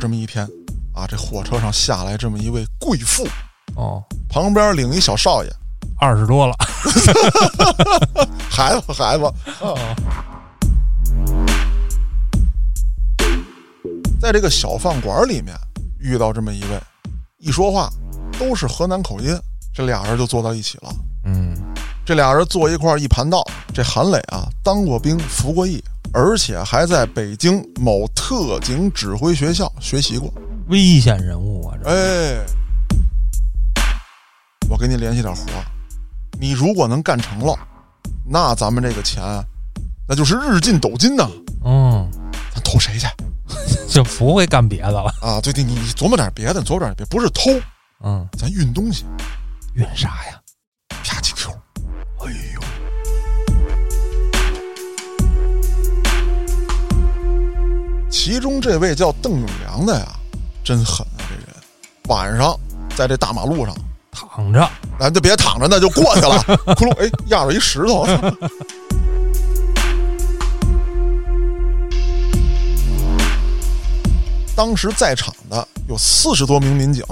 这么一天，啊，这火车上下来这么一位贵妇，哦，旁边领一小少爷，二十多了， 孩子孩子。在这个小饭馆里面遇到这么一位，一说话都是河南口音，这俩人就坐到一起了。嗯，这俩人坐一块儿一盘道。这韩磊啊，当过兵，服过役，而且还在北京某特警指挥学校学习过。危险人物啊，这哎，我给你联系点活儿，你如果能干成了，那咱们这个钱，那就是日进斗金呐。嗯，咱偷谁去就不会干别的了，啊？对对，你你琢磨点别的，你琢磨点别，不是偷，嗯，咱运东西，运啥呀？啪几 Q。哎呦，其中这位叫邓永良的呀，真狠啊！这人晚上在这大马路上躺着，咱就别躺着，那就过去了。窟窿，哎，压着一石头。 当时在场的有四十多名民警，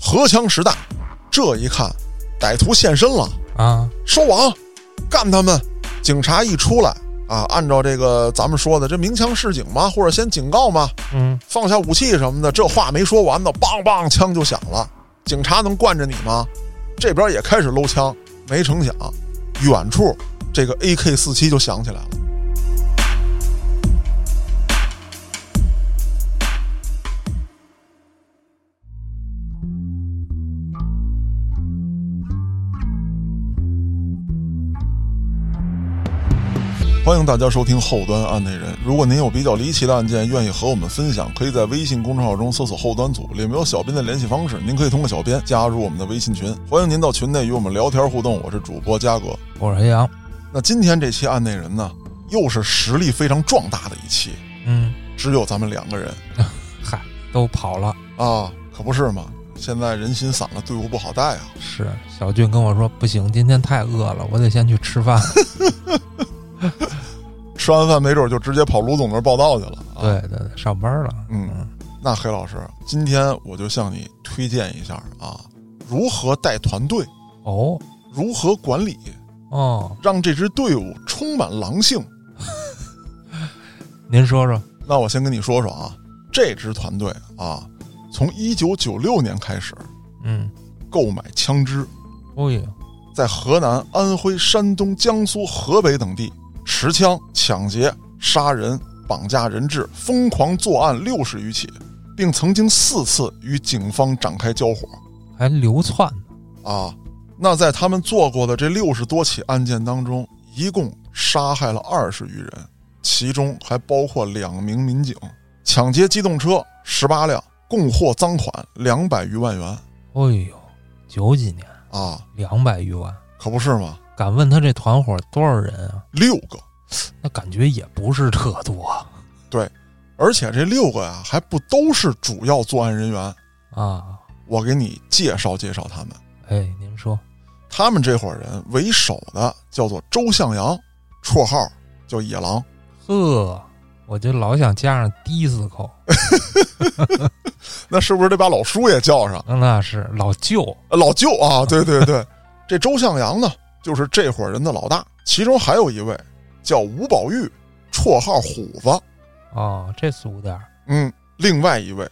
荷枪实弹。这一看，歹徒现身了，啊，收网，干他们！警察一出来啊，按照这个咱们说的，这鸣枪示警嘛，或者先警告嘛，嗯，放下武器什么的，这话没说完呢，梆梆枪就响了。警察能惯着你吗？这边也开始搂枪，没成想，远处这个 AK 四七就响起来了。欢迎大家收听《后端案内人》。如果您有比较离奇的案件，愿意和我们分享，可以在微信公众号中搜索“后端组”，里面有小编的联系方式，您可以通过小编加入我们的微信群。欢迎您到群内与我们聊天互动。我是主播嘉哥。我是黑羊，那今天这期案内人呢，又是实力非常壮大的一期，嗯，只有咱们两个人嗨，都跑了，啊，可不是嘛？现在人心散了，队伍不好带啊。是小俊跟我说不行，今天太饿了，我得先去吃饭，吃完饭没准就直接跑卢总那儿报道去了。啊、，对对对，上班了，嗯，那黑老师，今天我就向你推荐一下啊，如何带团队。哦如何管理，哦，让这支队伍充满狼性。您说说，那我先跟你说说啊，这支团队啊，从一九九六年开始嗯，购买枪支，哦呦，在河南、安徽、山东、江苏、河北等地持枪抢劫、杀人、绑架人质，疯狂作案六十余起，并曾经四次与警方展开交火还流窜呢，啊。那在他们做过的这六十多起案件当中，一共杀害了二十余人，其中还包括两名民警，抢劫机动车十八辆，共获赃款两百余万元哦呦，九几年啊，两百余万，可不是吗？敢问他这团伙多少人啊？六个，那感觉也不是特多而且这六个呀、还不都是主要作案人员。啊。我给你介绍介绍他们，哎，您说，他们这伙人为首的叫做周向阳，绰号叫野狼。呵，我就老想加上的字口，那是不是得把老叔也叫上？那是老舅呃老舅啊，对对对， 这周向阳呢，就是这伙人的老大，其中还有一位叫吴宝玉，绰号虎子，哦，这俗点儿，嗯，另外一位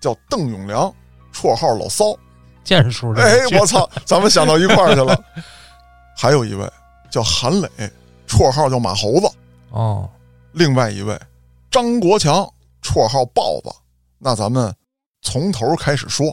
叫邓永良，绰号老骚，剑术这 哎 个，劲我操，咱们想到一块儿去了， 还有一位叫韩磊，绰号叫马猴子，哦，另外一位张国强，绰号豹子。那咱们从头开始说，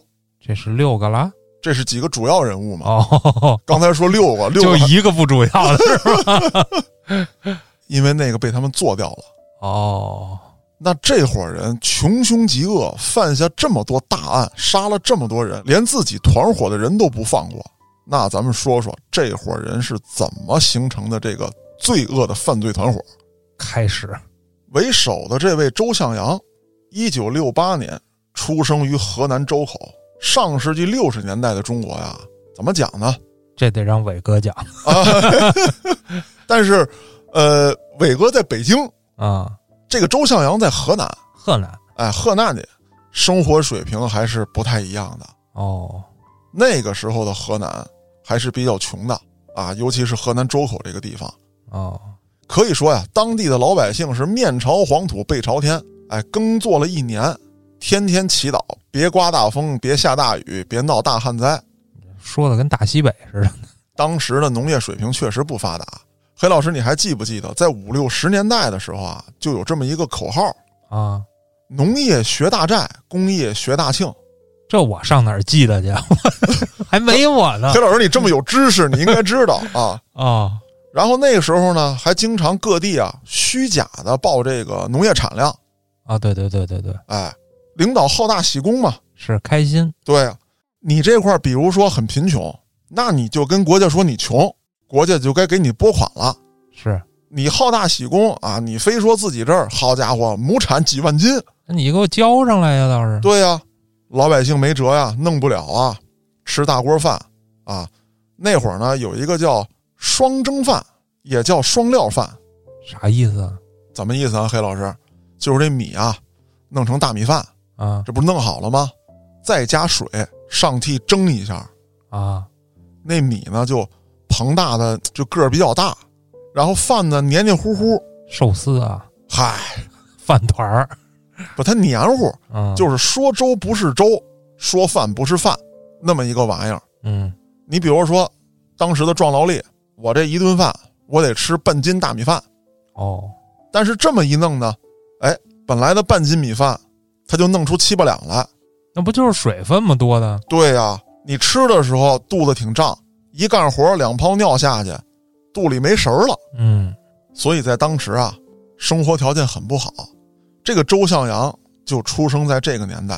这是六个啦，这是几个主要人物嘛？哦，刚才说六个，六就个还，一个不主要的是吧？因为那个被他们做掉了。哦，那这伙人穷凶极恶，犯下这么多大案，杀了这么多人，连自己团伙的人都不放过。那咱们说说这伙人是怎么形成的这个罪恶的犯罪团伙？开始，为首的这位周向阳，一九六八年出生于河南周口。上世纪六十年代的中国呀，怎么讲呢？这得让伟哥讲但是，呃，伟哥在北京，啊，这个周向阳在河南，河南哎，河南的，生活水平还是不太一样的。哦，那个时候的河南还是比较穷的啊，尤其是河南周口这个地方，哦，可以说呀，当地的老百姓是面朝黄土背朝天，哎，耕作了一年，天天祈祷，别刮大风，别下大雨，别闹大旱灾。说的跟大西北似的。当时的农业水平确实不发达。黑老师，你还记不记得，在五六十年代的时候啊，就有这么一个口号：啊，农业学大寨，工业学大庆。这我上哪儿记得去？还没我 呢黑。老师，你这么有知识，你应该知道啊。 哦，然后那个时候呢，还经常各地啊虚假的报这个农业产量，啊，对对对对对，哎，领导好大喜功嘛，是开心对啊，你这块儿比如说很贫穷，那你就跟国家说你穷，国家就该给你拨款了。是。你好大喜功啊，你非说自己这儿好家伙亩产几万斤，那你给我交上来呀，倒是。对呀、啊老百姓没辙呀、弄不了啊，吃大锅饭啊。那会儿呢，有一个叫双蒸饭，也叫双料饭，啥意思啊？怎么意思啊，黑老师？就是这米啊，弄成大米饭，啊这不是弄好了吗？再加水，上屉蒸一下，啊，那米呢就膨大的，就个儿比较大，然后饭呢黏黏糊糊，寿司啊， 嗨，饭团儿。不，它黏糊，嗯，就是说粥不是粥，说饭不是饭，那么一个玩意儿。嗯，你比如说，当时的壮劳力，我这一顿饭我得吃半斤大米饭，哦，但是这么一弄呢，哎，本来的半斤米饭，它就弄出七八两来。那不就是水分吗？多的。对呀、你吃的时候肚子挺胀，一干活两泡尿下去，肚里没食儿了。嗯，所以在当时啊，生活条件很不好。这个周向阳就出生在这个年代，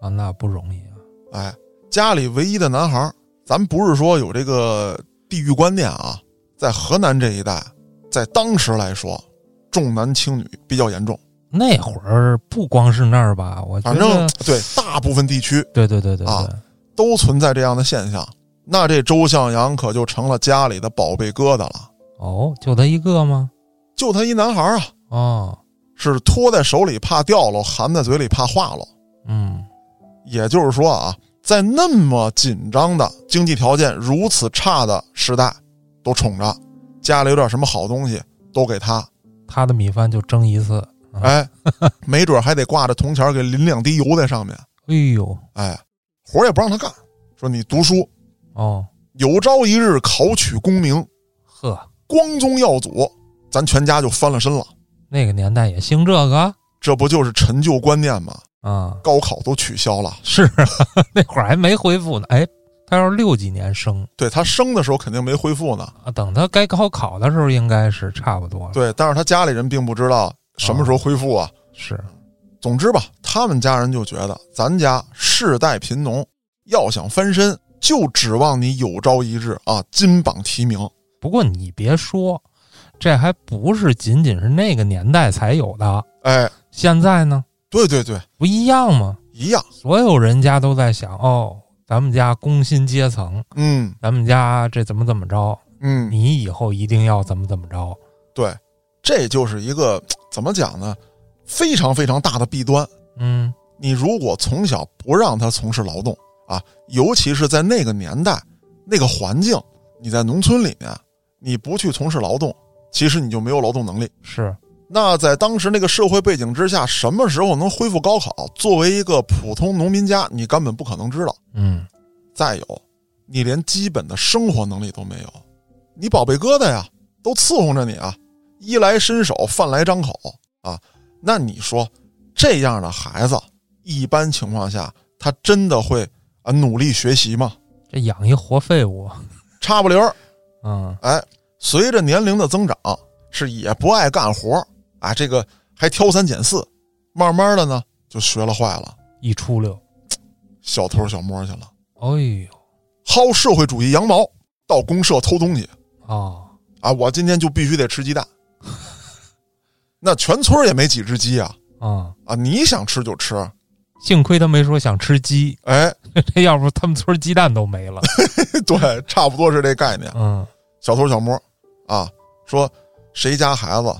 啊，那不容易啊。哎，家里唯一的男孩儿。咱不是说有这个地域观念啊，在河南这一带，在当时来说，重男轻女比较严重。那会儿不光是那儿吧，我觉反得，正对大部分地区对对对对对，啊都存在这样的现象。那这周向阳可就成了家里的宝贝疙瘩了。哦，就他一个吗？就他一男孩儿啊，哦，是托在手里怕掉了，含在嘴里怕化了。嗯，也就是说啊，在那么紧张的经济条件如此差的时代，都宠着，家里有点什么好东西都给他，他的米饭就蒸一次。啊哎，没准还得挂着铜钱儿给淋两滴油在上面，哎呦，哎，活儿也不让他干，说你读书，哦，有朝一日考取功名，呵，光宗耀祖，咱全家就翻了身了。那个年代也兴这个这不就是陈旧观念吗？啊？高考都取消了，是啊， 那会儿还没恢复呢。哎，他要是六几年生对他生的时候肯定没恢复呢，啊，等他该高考的时候，应该是差不多了。对，但是他家里人并不知道什么时候恢复啊。是，总之吧，他们家人就觉得咱家世代贫农，要想翻身，就指望你有朝一日啊金榜题名。不过你别说，这还不是仅仅是那个年代才有的，哎，现在呢对对对，不一样吗？一样，所有人家都在想，哦，咱们家工薪阶层，嗯咱们家这怎么怎么着，嗯，你以后一定要怎么怎么着。对，这就是一个怎么讲呢，非常非常大的弊端。嗯，你如果从小不让他从事劳动啊，尤其是在那个年代、那个环境，你在农村里面，你不去从事劳动，其实你就没有劳动能力。是，那在当时那个社会背景之下，什么时候能恢复高考？作为一个普通农民家，你根本不可能知道。嗯，再有，你连基本的生活能力都没有，你宝贝疙瘩呀，都伺候着你啊，衣来伸手，饭来张口啊。那你说这样的孩子，一般情况下，他真的会啊努力学习吗？这养一活废物，差不离儿，嗯，哎，随着年龄的增长，是也不爱干活儿啊，这个还挑三拣四，慢慢的呢就学了坏了，一出溜，小偷小摸去了，哎呦，薅社会主义羊毛，到公社偷东西哦，啊！我今天就必须得吃鸡蛋， 那全村儿也没几只鸡啊啊、啊！你想吃就吃，幸亏他没说想吃鸡， 哎， 这要不他们村鸡蛋都没了。对，差不多是这概念。嗯，小偷小摸，啊，说谁家孩子，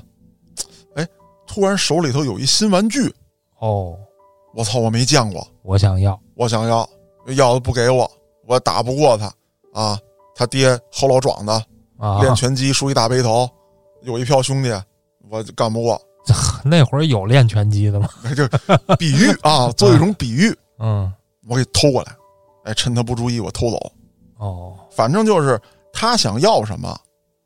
哎，突然手里头有一新玩具，哦，我操，我没见过，我想要，我想要，要的不给我，我打不过他啊！他爹后老壮的，啊，练拳击梳一大背头，有一票兄弟，我就干不过， 那会儿有练拳击的吗？那就比喻啊，做一种比喻，嗯，我给偷过来，哎，趁他不注意我偷走，哦，反正就是他想要什么，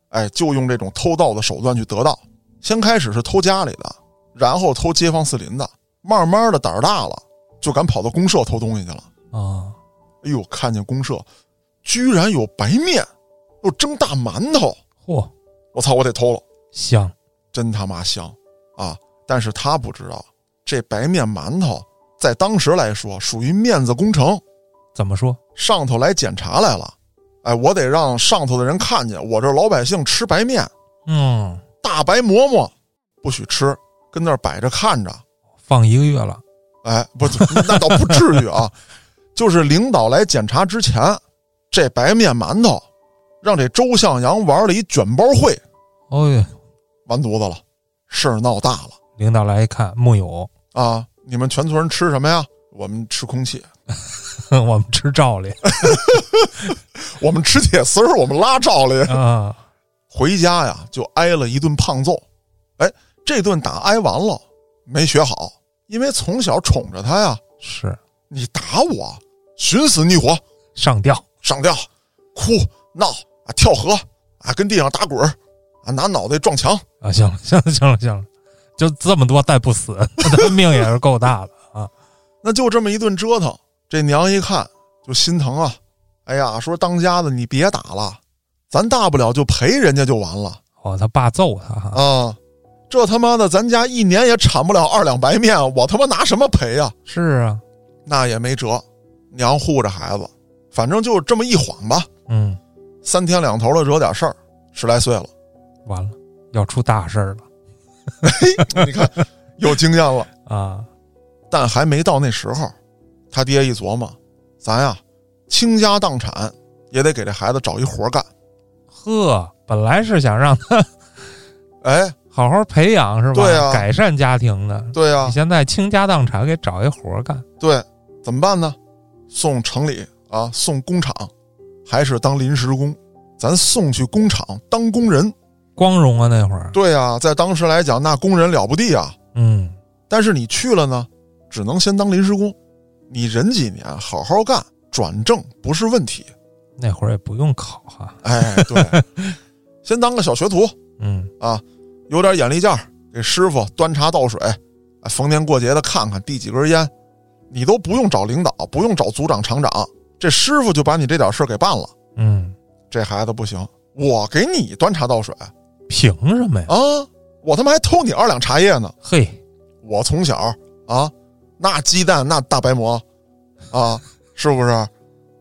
哎，就用这种偷盗的手段去得到。先开始是偷家里的，然后偷街坊四邻的，慢慢的胆儿大了，就敢跑到公社偷东西去了。啊，哎呦，看见公社居然有白面，又蒸大馒头，嚯，我操，我得偷了，香，真他妈香啊！但是他不知道，这白面馒头在当时来说属于面子工程，怎么说？上头来检查来了，哎，我得让上头的人看见我这老百姓吃白面，嗯，大白馍馍不许吃，跟那儿摆着看着，放一个月了，哎，不， 那倒不至于啊，就是领导来检查之前，这白面馒头让这周向阳玩了一卷包会，哦呦，完犊子了，事儿闹大了领导来一看木有， 啊！你们全村人吃什么呀？我们吃空气，我们吃照例我们吃铁丝儿，我们拉罩里。啊，回家呀就挨了一顿胖揍。哎，这顿打挨完了没学好，因为从小宠着他呀，是你打我，寻死觅活，上吊，上吊、哭闹啊，跳河啊，跟地上打滚儿啊，拿脑袋撞墙。啊，行了，行了，行了，行了，就这么多带不死， 他命也是够大的啊。那就这么一顿折腾，这娘一看就心疼啊，哎呀，说当家的你别打了，咱大不了就赔人家就完了哦，他爸揍他哈，啊。这他妈的，咱家一年也产不了二两白面，我他妈拿什么赔呀、是啊，那也没辙，娘护着孩子，反正就这么一晃吧，嗯，三天两头的惹点事儿，十来岁了， 完了，要出大事儿了你看有经验了，啊，但还没到那时候。他爹一琢磨，咱呀倾家荡产也得给这孩子找一活干，呵，本来是想让他哎，好好培养是吧？对啊改善家庭的，对啊呀、你现在倾家荡产给找一活儿干，对，怎么办呢？送城里啊，送工厂，还是当临时工？咱送去工厂当工人。光荣啊那会儿，对呀、在当时来讲，那工人了不地啊，嗯，但是你去了呢，只能先当临时工，你忍几年好好干，转正不是问题。那会儿也不用考哈，哎，对，先当个小学徒嗯，啊，有点眼力劲儿，给师傅端茶倒水，哎逢年过节的看看递几根烟，你都不用找领导，不用找组长、厂长，这师傅就把你这点事儿给办了。嗯，这孩子不行，我给你端茶倒水凭什么呀？啊，我他妈还偷你二两茶叶呢。嘿，我从小啊，那鸡蛋那大白馍啊，是不是？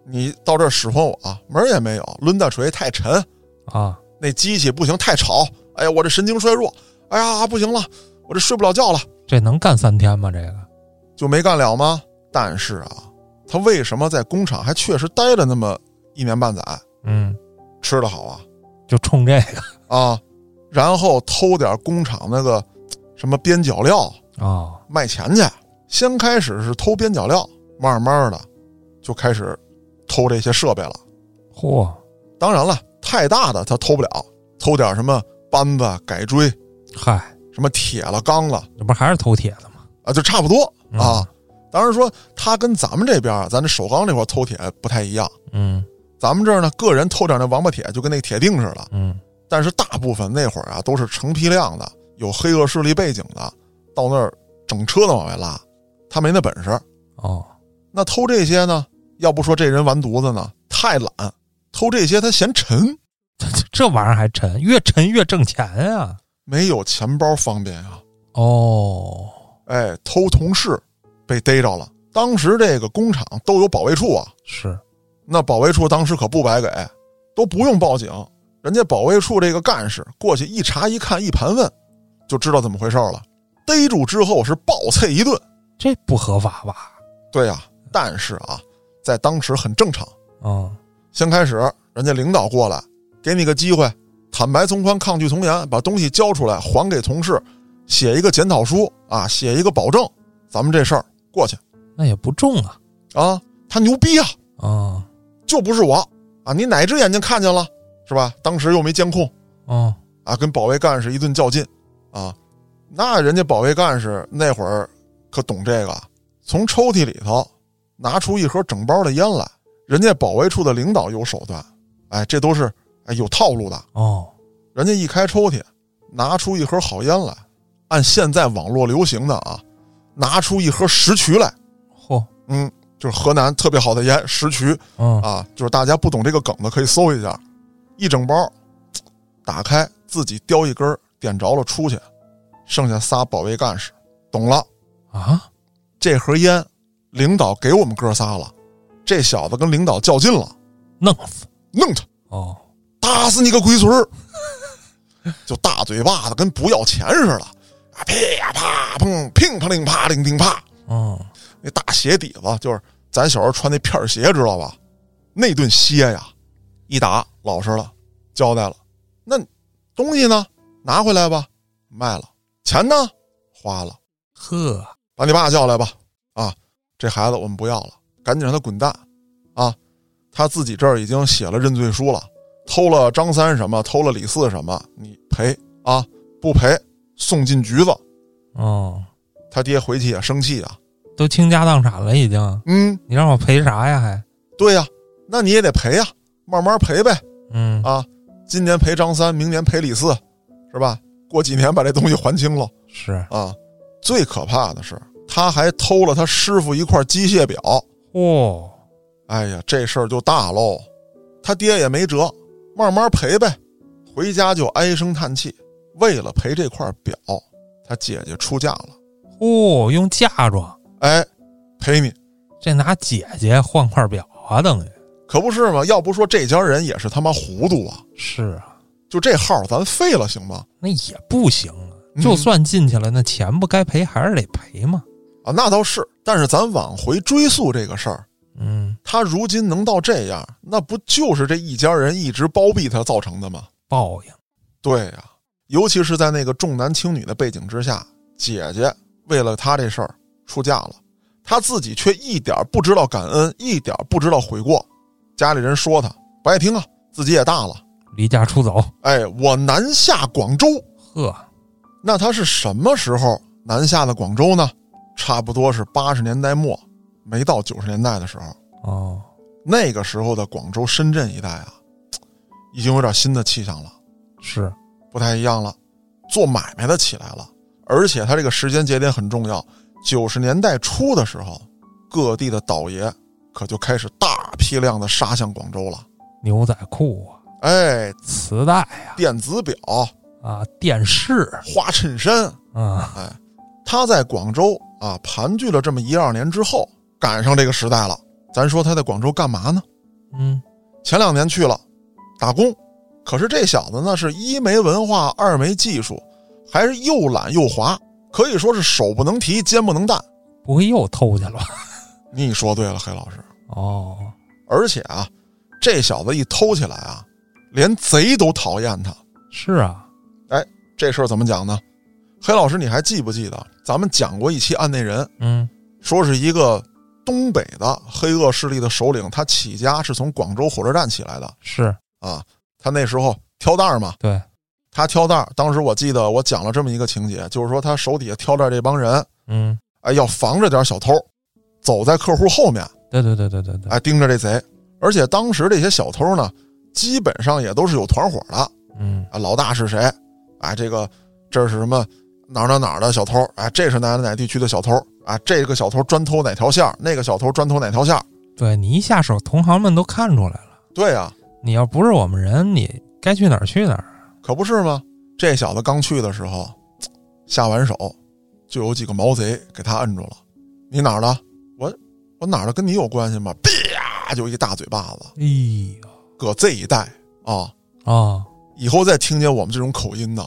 你到这儿使唤我、啊门儿也没有，抡大锤太沉，啊，那机器不行太吵，哎呀，我这神经衰弱，哎呀，不行了，我这睡不了觉了，这能干三天吗？这个就没干了吗？但是啊，他为什么在工厂还确实待了那么一年半载，嗯，吃的好啊就冲这个啊，然后偷点工厂那个什么边角料，哦，卖钱去。先开始是偷边角料，慢慢的就开始偷这些设备了。嚯，当然了，太大的他偷不了，偷点什么扳子、改锥、嗨，什么铁了、钢了这不还是偷铁的吗？啊，就差不多嗯啊。当然说他跟咱们这边儿，咱这首钢这块儿偷铁不太一样。嗯咱们这儿呢，个人偷点那王八铁就跟那铁锭似的，嗯，但是大部分那会儿啊都是成批量的，有黑恶势力背景的，到那儿整车的往外拉，他没那本事。哦，那偷这些呢？要不说这人完犊子呢，太懒，偷这些他嫌沉，这这这玩意儿还沉，越沉越挣钱啊。没有钱包方便啊。哦，哎，偷同事被逮着了，当时这个工厂都有保卫处啊，是，那保卫处当时可不白给，都不用报警，人家保卫处这个干事过去一查一看一盘问，就知道怎么回事了。逮住之后是暴啐一顿，这不合法吧？对呀、但是啊，在当时很正常。嗯，先开始，人家领导过来，给你个机会，坦白从宽，抗拒从严，把东西交出来，还给同事，写一个检讨书啊，写一个保证，咱们这事儿过去那也不重啊啊，他牛逼啊，啊就不是我啊！你哪只眼睛看见了是吧？当时又没监控啊啊，跟保卫干事一顿较劲啊。那人家保卫干事那会儿可懂这个，从抽屉里头拿出一盒整包的烟来。人家保卫处的领导有手段，哎，这都是哎有套路的。哦人家一开抽屉，拿出一盒好烟来，按现在网络流行的啊，拿出一盒石渠来，嚯嗯，就是河南特别好的烟石渠，嗯啊，就是大家不懂这个梗的可以搜一下，一整包，打开自己叼一根儿，点着了出去，剩下仨保卫干事，懂了，啊这盒烟，领导给我们哥仨了，这小子跟领导较劲了，弄死弄他，哦打死你个龟孙儿， 就大嘴巴子跟不要钱似的，啊噼呀啪砰，乒啪令啪令叮啪，嗯那大鞋底子就是咱小时候穿那片儿鞋，知道吧？那顿歇呀，一打老实了，交代了。那东西呢？拿回来吧，卖了。钱呢？花了。呵把你爸叫来吧。啊，这孩子我们不要了，赶紧让他滚蛋。啊，他自己这儿已经写了认罪书了，偷了张三什么，偷了李四什么，你赔啊，不赔送进局子。哦他爹回去也生气啊，都倾家荡产了已经，嗯，你让我赔啥呀还对呀、那你也得赔呀、慢慢赔呗嗯啊！今年赔张三，明年赔李四，是吧？过几年把这东西还清了是啊！最可怕的是，他还偷了他师傅一块机械表。嚯哎呀，这事儿就大喽！他爹也没辙，慢慢赔呗。回家就唉声叹气。为了赔这块表，他姐姐出嫁了。嚯哦用嫁妆。哎，赔你这拿姐姐换块表啊，等于可不是嘛？要不说这家人也是他妈糊涂啊！是啊，就这号咱废了行吗？那也不行啊。嗯就算进去了，那钱不该赔还是得赔嘛。啊，那倒是，但是咱往回追溯这个事儿，嗯，他如今能到这样，那不就是这一家人一直包庇他造成的吗？报应。对呀、尤其是在那个重男轻女的背景之下，姐姐为了他这事儿出嫁了，他自己却一点儿不知道感恩，一点儿不知道悔过，家里人说他不爱听啊，自己也大了，离家出走，哎，我南下广州，呵，那他是什么时候南下的广州呢？差不多是八十年代末，没到九十年代的时候。哦，那个时候的广州、深圳一带啊，已经有点新的气象了，是，不太一样了，做买卖的起来了。而且它这个时间节点很重要，九十年代初的时候，各地的倒爷可就开始大批量的杀向广州了。牛仔裤啊，哎，磁带呀、电子表、啊，电视花衬衫，啊，哎，他在广州啊盘踞了这么一二年之后，赶上这个时代了。咱说他在广州干嘛呢？嗯，前两年去了打工，可是这小子呢是一没文化，二没技术，还是又懒又滑，可以说是手不能提，肩不能担。不会又偷去了吧？你说对了，黑老师。哦，而且啊，这小子一偷起来啊，连贼都讨厌他。是啊，这事儿怎么讲呢？黑老师，你还记不记得咱们讲过一期案内人？嗯，说是一个东北的黑恶势力的首领，他起家是从广州火车站起来的是啊。他那时候挑担儿嘛，对，他挑担儿。当时我记得我讲了这么一个情节，就是说他手底下挑担儿这帮人，嗯，哎，要防着点小偷，走在客户后面，对对对对对对，哎，盯着这贼。而且当时这些小偷呢，基本上也都是有团伙的啊，嗯，老大是谁？哎，这个这是什么哪儿哪儿哪儿的小偷？哎，这是哪儿哪儿哪儿地区的小偷？啊，这个小偷专偷哪条线儿？那个小偷专偷哪条线儿？对你一下手，同行们都看出来了，对啊呀、你要不是我们人，你该去哪儿去哪儿。可不是吗？这小子刚去的时候，下完手就有几个毛贼给他摁住了。你哪儿的？我我哪儿的跟你有关系吗？啪就一大嘴巴子，哎呦，搁这一带啊！啊、以后再听见我们这种口音的，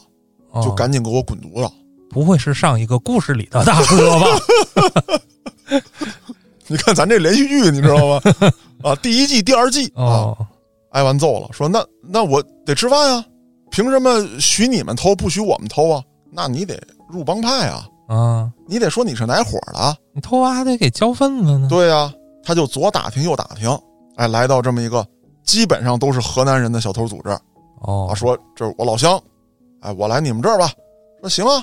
哦，就赶紧给我滚犊子！不会是上一个故事里的大哥 吧？你看咱这连续剧，你知道吗？啊，第一季、第二季啊，哦，挨完揍了，说那那我得吃饭呀、凭什么许你们偷不许我们偷啊？那你得入帮派啊！嗯、啊，你得说你是哪伙儿的啊？你偷挖还得给交份子呢。对呀、他就左打听右打听，哎，来到这么一个基本上都是河南人的小偷组织啊，哦，说这是我老乡，哎，我来你们这儿吧。说行啊，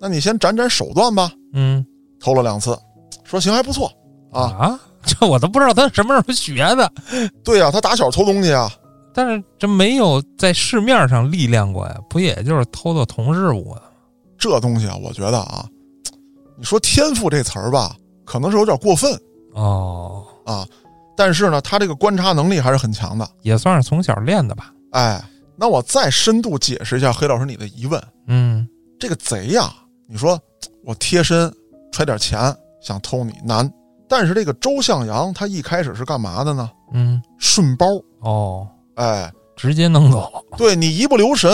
那你先展展手段吧。嗯偷了两次，说行还不错啊。啊， 这我都不知道他什么时候学的，对呀、他打小偷东西啊，但是这没有在市面上历练过呀，不也就是偷偷同事物的？这东西啊，我觉得啊，你说天赋这词儿吧，可能是有点过分哦，啊，但是呢，他这个观察能力还是很强的。也算是从小练的吧。哎，那我再深度解释一下黑老师你的疑问，嗯这个贼呀，你说我贴身揣点钱想偷你难，但是这个周向阳他一开始是干嘛的呢？嗯，顺包，哦，哎，直接弄走对你一不留神，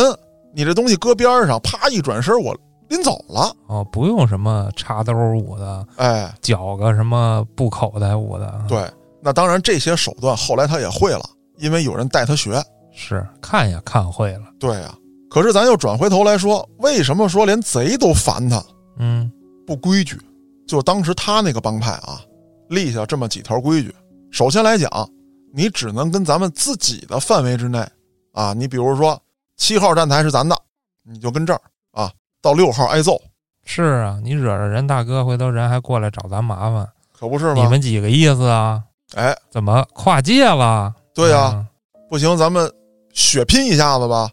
你这东西搁边上，啪一转身我拎走了，哦，不用什么插兜舞的，哎，绞个什么布口袋舞的。，对，那当然这些手段后来他也会了，因为有人带他学，是看也看会了。对呀、可是咱又转回头来说，为什么说连贼都烦他嗯不规矩？就当时他那个帮派啊，立下这么几条规矩。首先来讲，你只能跟咱们自己的范围之内啊，你比如说七号站台是咱的，你就跟这儿啊，到六号挨揍，，是啊，你惹着人大哥，回头人还过来找咱麻烦。可不是你吗？们几个意思啊？哎，怎么跨界了？对啊呀、嗯不行，咱们血拼一下子吧，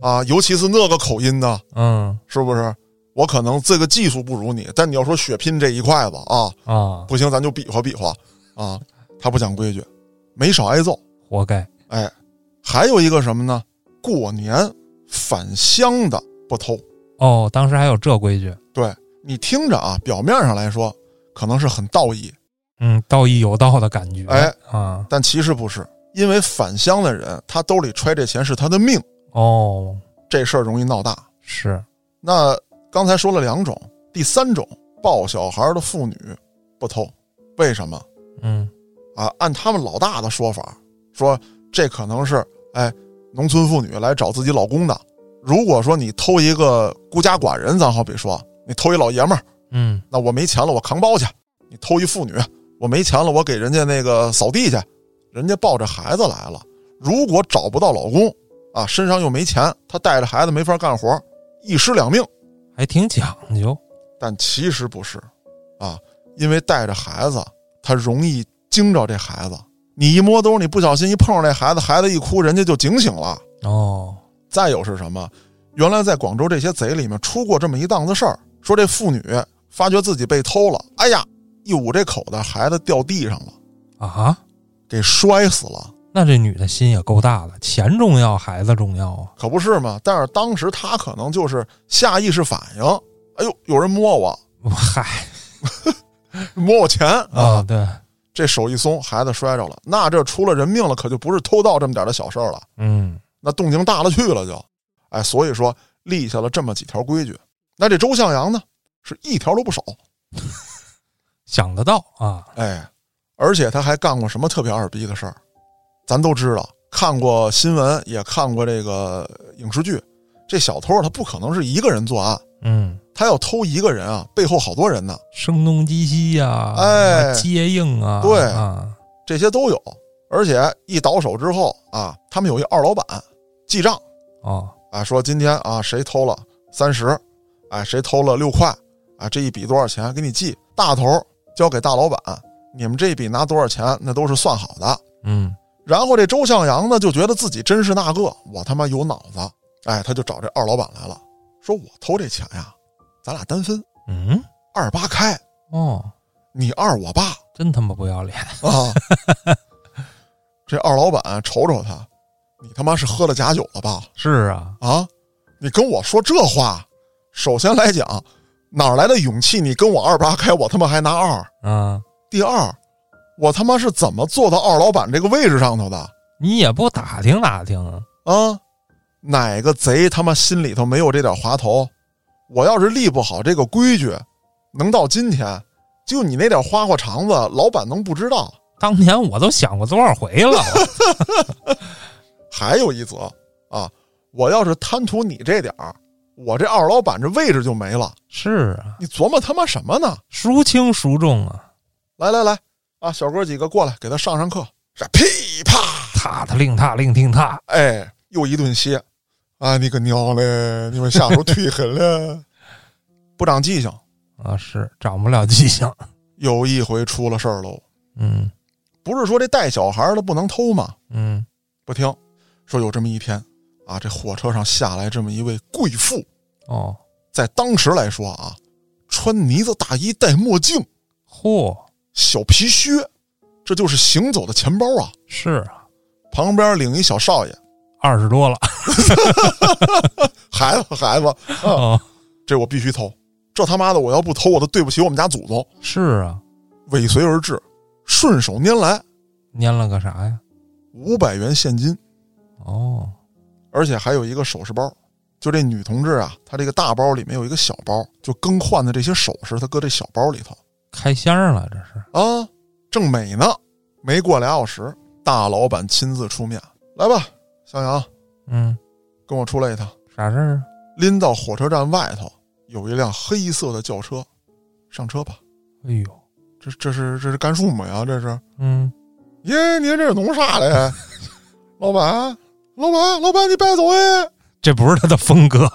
啊，尤其是那个口音的，嗯是不是？我可能这个技术不如你，但你要说血拼这一块子啊，啊，不行，咱就比划比划啊。他不讲规矩，没少挨揍。活该。哎，还有一个什么呢？过年返乡的不偷。哦，当时还有这规矩。对你听着啊，表面上来说可能是很道义，嗯，道义有道的感觉。哎啊，但其实不是，因为返乡的人他兜里揣这钱是他的命，哦，这事儿容易闹大。是那刚才说了两种，第三种抱小孩的妇女不偷，为什么？嗯啊，按他们老大的说法，说这可能是哎农村妇女来找自己老公的。如果说你偷一个孤家寡人，咱好比说你偷一老爷们儿，嗯那我没钱了，我扛包去；你偷一妇女，我没钱了，我给人家那个扫地去。人家抱着孩子来了，如果找不到老公啊，身上又没钱，他带着孩子没法干活，一尸两命。还挺讲究。但其实不是，啊，因为带着孩子，他容易惊着这孩子。你一摸兜，你不小心一碰上这孩子，孩子一哭，人家就警醒了。哦，再有是什么？原来在广州这些贼里面出过这么一档子事儿，说这妇女发觉自己被偷了，哎呀，一捂这口袋，孩子掉地上了，啊，给摔死了，那这女的心也够大的，钱重要，孩子重要啊。可不是嘛？但是当时她可能就是下意识反应，哎呦，有人摸我，我嗨摸我钱啊，对，这手一松，孩子摔着了，那这出了人命了，可就不是偷盗这么点的小事儿了，嗯那动静大了去了就，哎，所以说立下了这么几条规矩。那这周向阳呢，是一条都不少，想得到啊，哎，而且他还干过什么特别二逼的事儿，咱都知道，看过新闻，也看过这个影视剧。这小偷他不可能是一个人作案，嗯，他要偷一个人啊，背后好多人呢，声东击西呀、哎接应啊，对啊，这些都有。而且一倒手之后啊，他们有一二老板记账。哦，啊，说今天啊谁偷了三十，哎谁偷了六块，啊这一笔多少钱给你记，大头儿交给大老板，你们这一笔拿多少钱那都是算好的。嗯，然后这周向阳呢就觉得自己真是那个，我他妈有脑子，哎他就找这二老板来了，说我偷这钱呀，咱俩单分，嗯，二八开，哦，你二我八真他妈不要脸！啊。这二老板瞅瞅他，你他妈是喝了假酒了吧？是啊，啊，你跟我说这话，首先来讲，哪儿来的勇气？你跟我二八开，我他妈还拿二。啊，第二，我他妈是怎么坐到二老板这个位置上头的你也不打听打听啊，啊？哪个贼他妈心里头没有这点滑头？我要是立不好这个规矩，能到今天，就你那点花花肠子，老板能不知道？当年我都想过多少回了， 还有一则啊，我要是贪图你这点儿，我这二老板这位置就没了。是啊，你琢磨他妈什么呢？孰轻孰重啊？来来来，啊，小哥几个过来给他上上课。这噼啪，踏踏令踏令听踏，哎，又一顿歇。啊，你个娘嘞！你们下属忒狠了， 不长记性。啊，是长不了记性。有一回出了事儿喽，嗯不是说这带小孩儿的不能偷吗？嗯，不听，说有这么一天啊，这火车上下来这么一位贵妇，哦，在当时来说啊，穿呢子大衣、戴墨镜、嚯，小皮靴，这就是行走的钱包啊。是啊，旁边领一小少爷，二十多了。孩子孩子， 哦，这我必须偷，这他妈的我要不偷，我都对不起我们家祖宗。是啊，尾随而至，顺手拈来拈了个啥呀？五百元现金，哦，而且还有一个首饰包。就这女同志啊，她这个大包里面有一个小包，就更换的这些首饰，她搁这小包里头。开箱了，这是。啊，正美呢。没过俩小时，大老板亲自出面，来吧，向阳，嗯，跟我出来一趟。啥事儿啊？拎到火车站外头，有一辆黑色的轿车，上车吧。哎呦，这这是这是干树木呀？这是嗯，耶，您这是弄啥嘞？老板，老板，老板，你别走哎！这不是他的风格。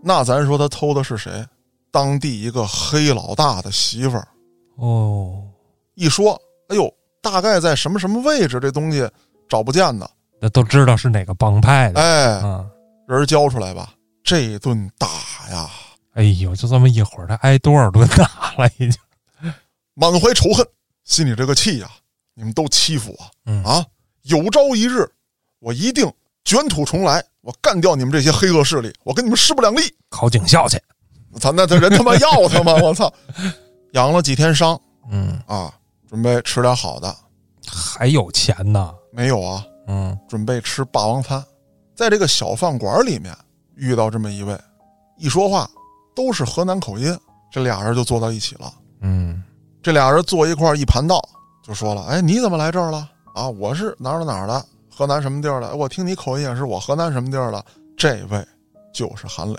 那咱说他偷的是谁？当地一个黑老大的媳妇儿。哦，一说，哎呦，大概在什么什么位置，这东西找不见呢？那都知道是哪个帮派的。哎，啊，人儿交出来吧。这顿打呀，哎呦，就这么一会儿，他挨多少顿打了已经？满怀仇恨，心里这个气呀，你们都欺负我、嗯啊！有朝一日，我一定卷土重来，我干掉你们这些黑恶势力，我跟你们势不两立。考警校去。操，那这人他妈要他妈，我操！养了几天伤嗯，啊，准备吃点好的，还有钱呢。没有啊？嗯，准备吃霸王餐，在这个小饭馆里面遇到这么一位，一说话都是河南口音，这俩人就坐到一起了。嗯，这俩人坐一块儿一盘道，就说了：“哎，你怎么来这儿了？啊，我是哪儿哪儿的，河南什么地儿的？哎我听你口音也是我河南什么地儿的。”这位就是韩磊。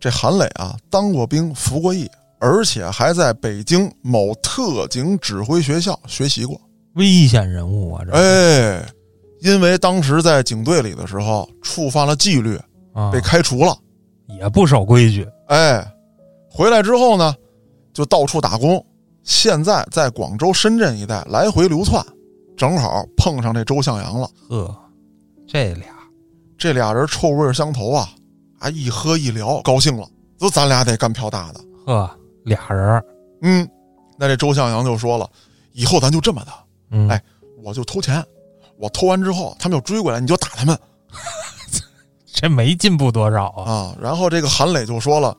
这韩磊啊，当过兵，服过役，而且还在北京某特警指挥学校学习过。危险人物啊，这是哎，因为当时在警队里的时候触犯了纪律，啊哎被开除了。也不守规矩。哎，回来之后呢，就到处打工。现在在广州、深圳一带来回流窜，正好碰上这周向阳了。呵，这俩这俩人臭味相投啊，啊，一喝一聊，高兴了，说咱俩得干票大的。呵俩人儿，嗯，那这周向阳就说了，以后咱就这么的，嗯，哎，我就偷钱，我偷完之后他们就追过来，你就打他们这没进步多少啊？啊。然后这个韩磊就说了，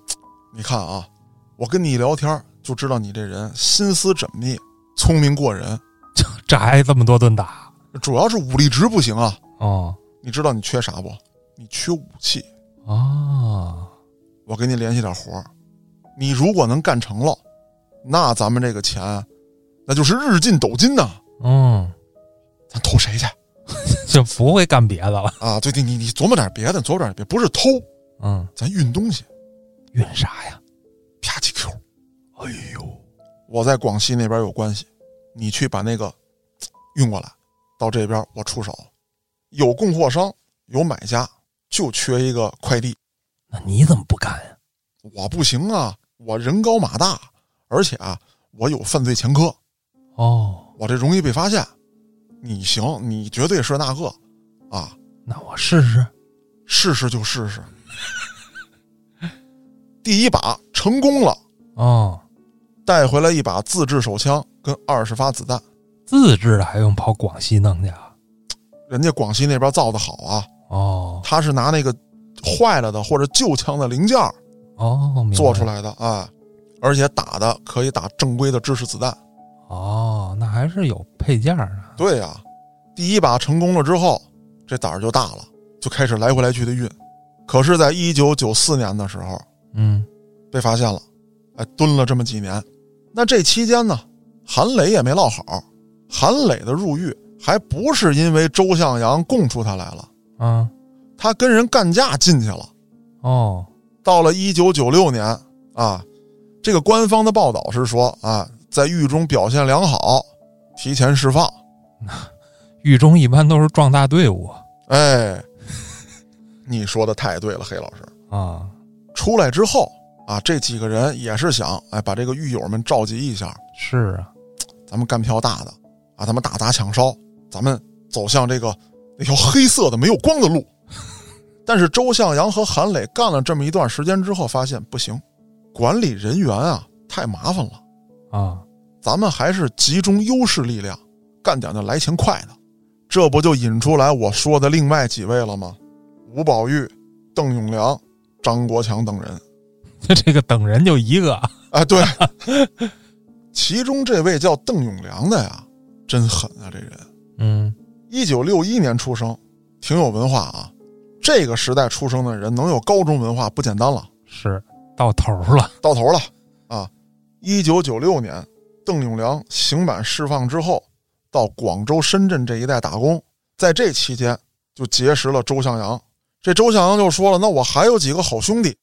你看啊，我跟你聊天就知道你这人心思缜密，聪明过人。这这挨这么多顿打主要是武力值不行啊。哦你知道你缺啥不？你缺武器。啊，我给你联系点活儿，你如果能干成了，那咱们这个钱，那就是日进斗金呐、嗯，咱偷谁去就不会干别的了。啊？对对，你你琢磨点别的，琢磨点别，不是偷，嗯，咱运东西，运啥呀？啪叽 Q。哎呦，我在广西那边有关系，你去把那个嘖运过来，到这边我出手。有供货商，有买家，就缺一个快递。那你怎么不干呀？我不行啊，我人高马大，而且啊，我有犯罪前科，哦，我这容易被发现。你行，你绝对是那个，啊，那我试试。试试就试试。第一把成功了，哦，带回来一把自制手枪跟二十发子弹，自制的还用跑广西弄去啊？人家广西那边造的好啊，哦他是拿那个坏了的或者旧枪的零件儿哦，明白做出来的啊，而且打的可以打正规的制式子弹。哦，那还是有配件儿啊的。对呀、第一把成功了之后，这胆儿就大了，就开始来回来去的运。可是，在一九九四年的时候嗯，被发现了，哎，蹲了这么几年。那这期间呢，韩磊也没落好。韩磊的入狱还不是因为周向阳供出他来了，啊他跟人干架进去了，哦，到了一九九六年啊，这个官方的报道是说啊，在狱中表现良好，提前释放。狱中一般都是壮大队伍啊哎，你说的太对了，黑老师。啊，出来之后啊，这几个人也是想哎，把这个狱友们召集一下，是啊，咱们干票大的啊，咱们大打抢烧，咱们走向这个那条黑色的没有光的路。但是周向阳和韩磊干了这么一段时间之后，发现不行，管理人员啊太麻烦了，啊， 咱们还是集中优势力量，干点那来钱快的。这不就引出来我说的另外几位了吗？吴宝玉、邓永良、张国强等人。这个等人就一个，啊，对， 其中这位叫邓永良的呀，真狠啊！这人，嗯，一九六一年出生，挺有文化啊。这个时代出生的人能有高中文化不简单了，是到头了，到头了啊！一九九六年，邓永良刑满释放之后，到广州、深圳这一带打工，在这期间就结识了周向阳。这周向阳就说了：“那我还有几个好兄弟，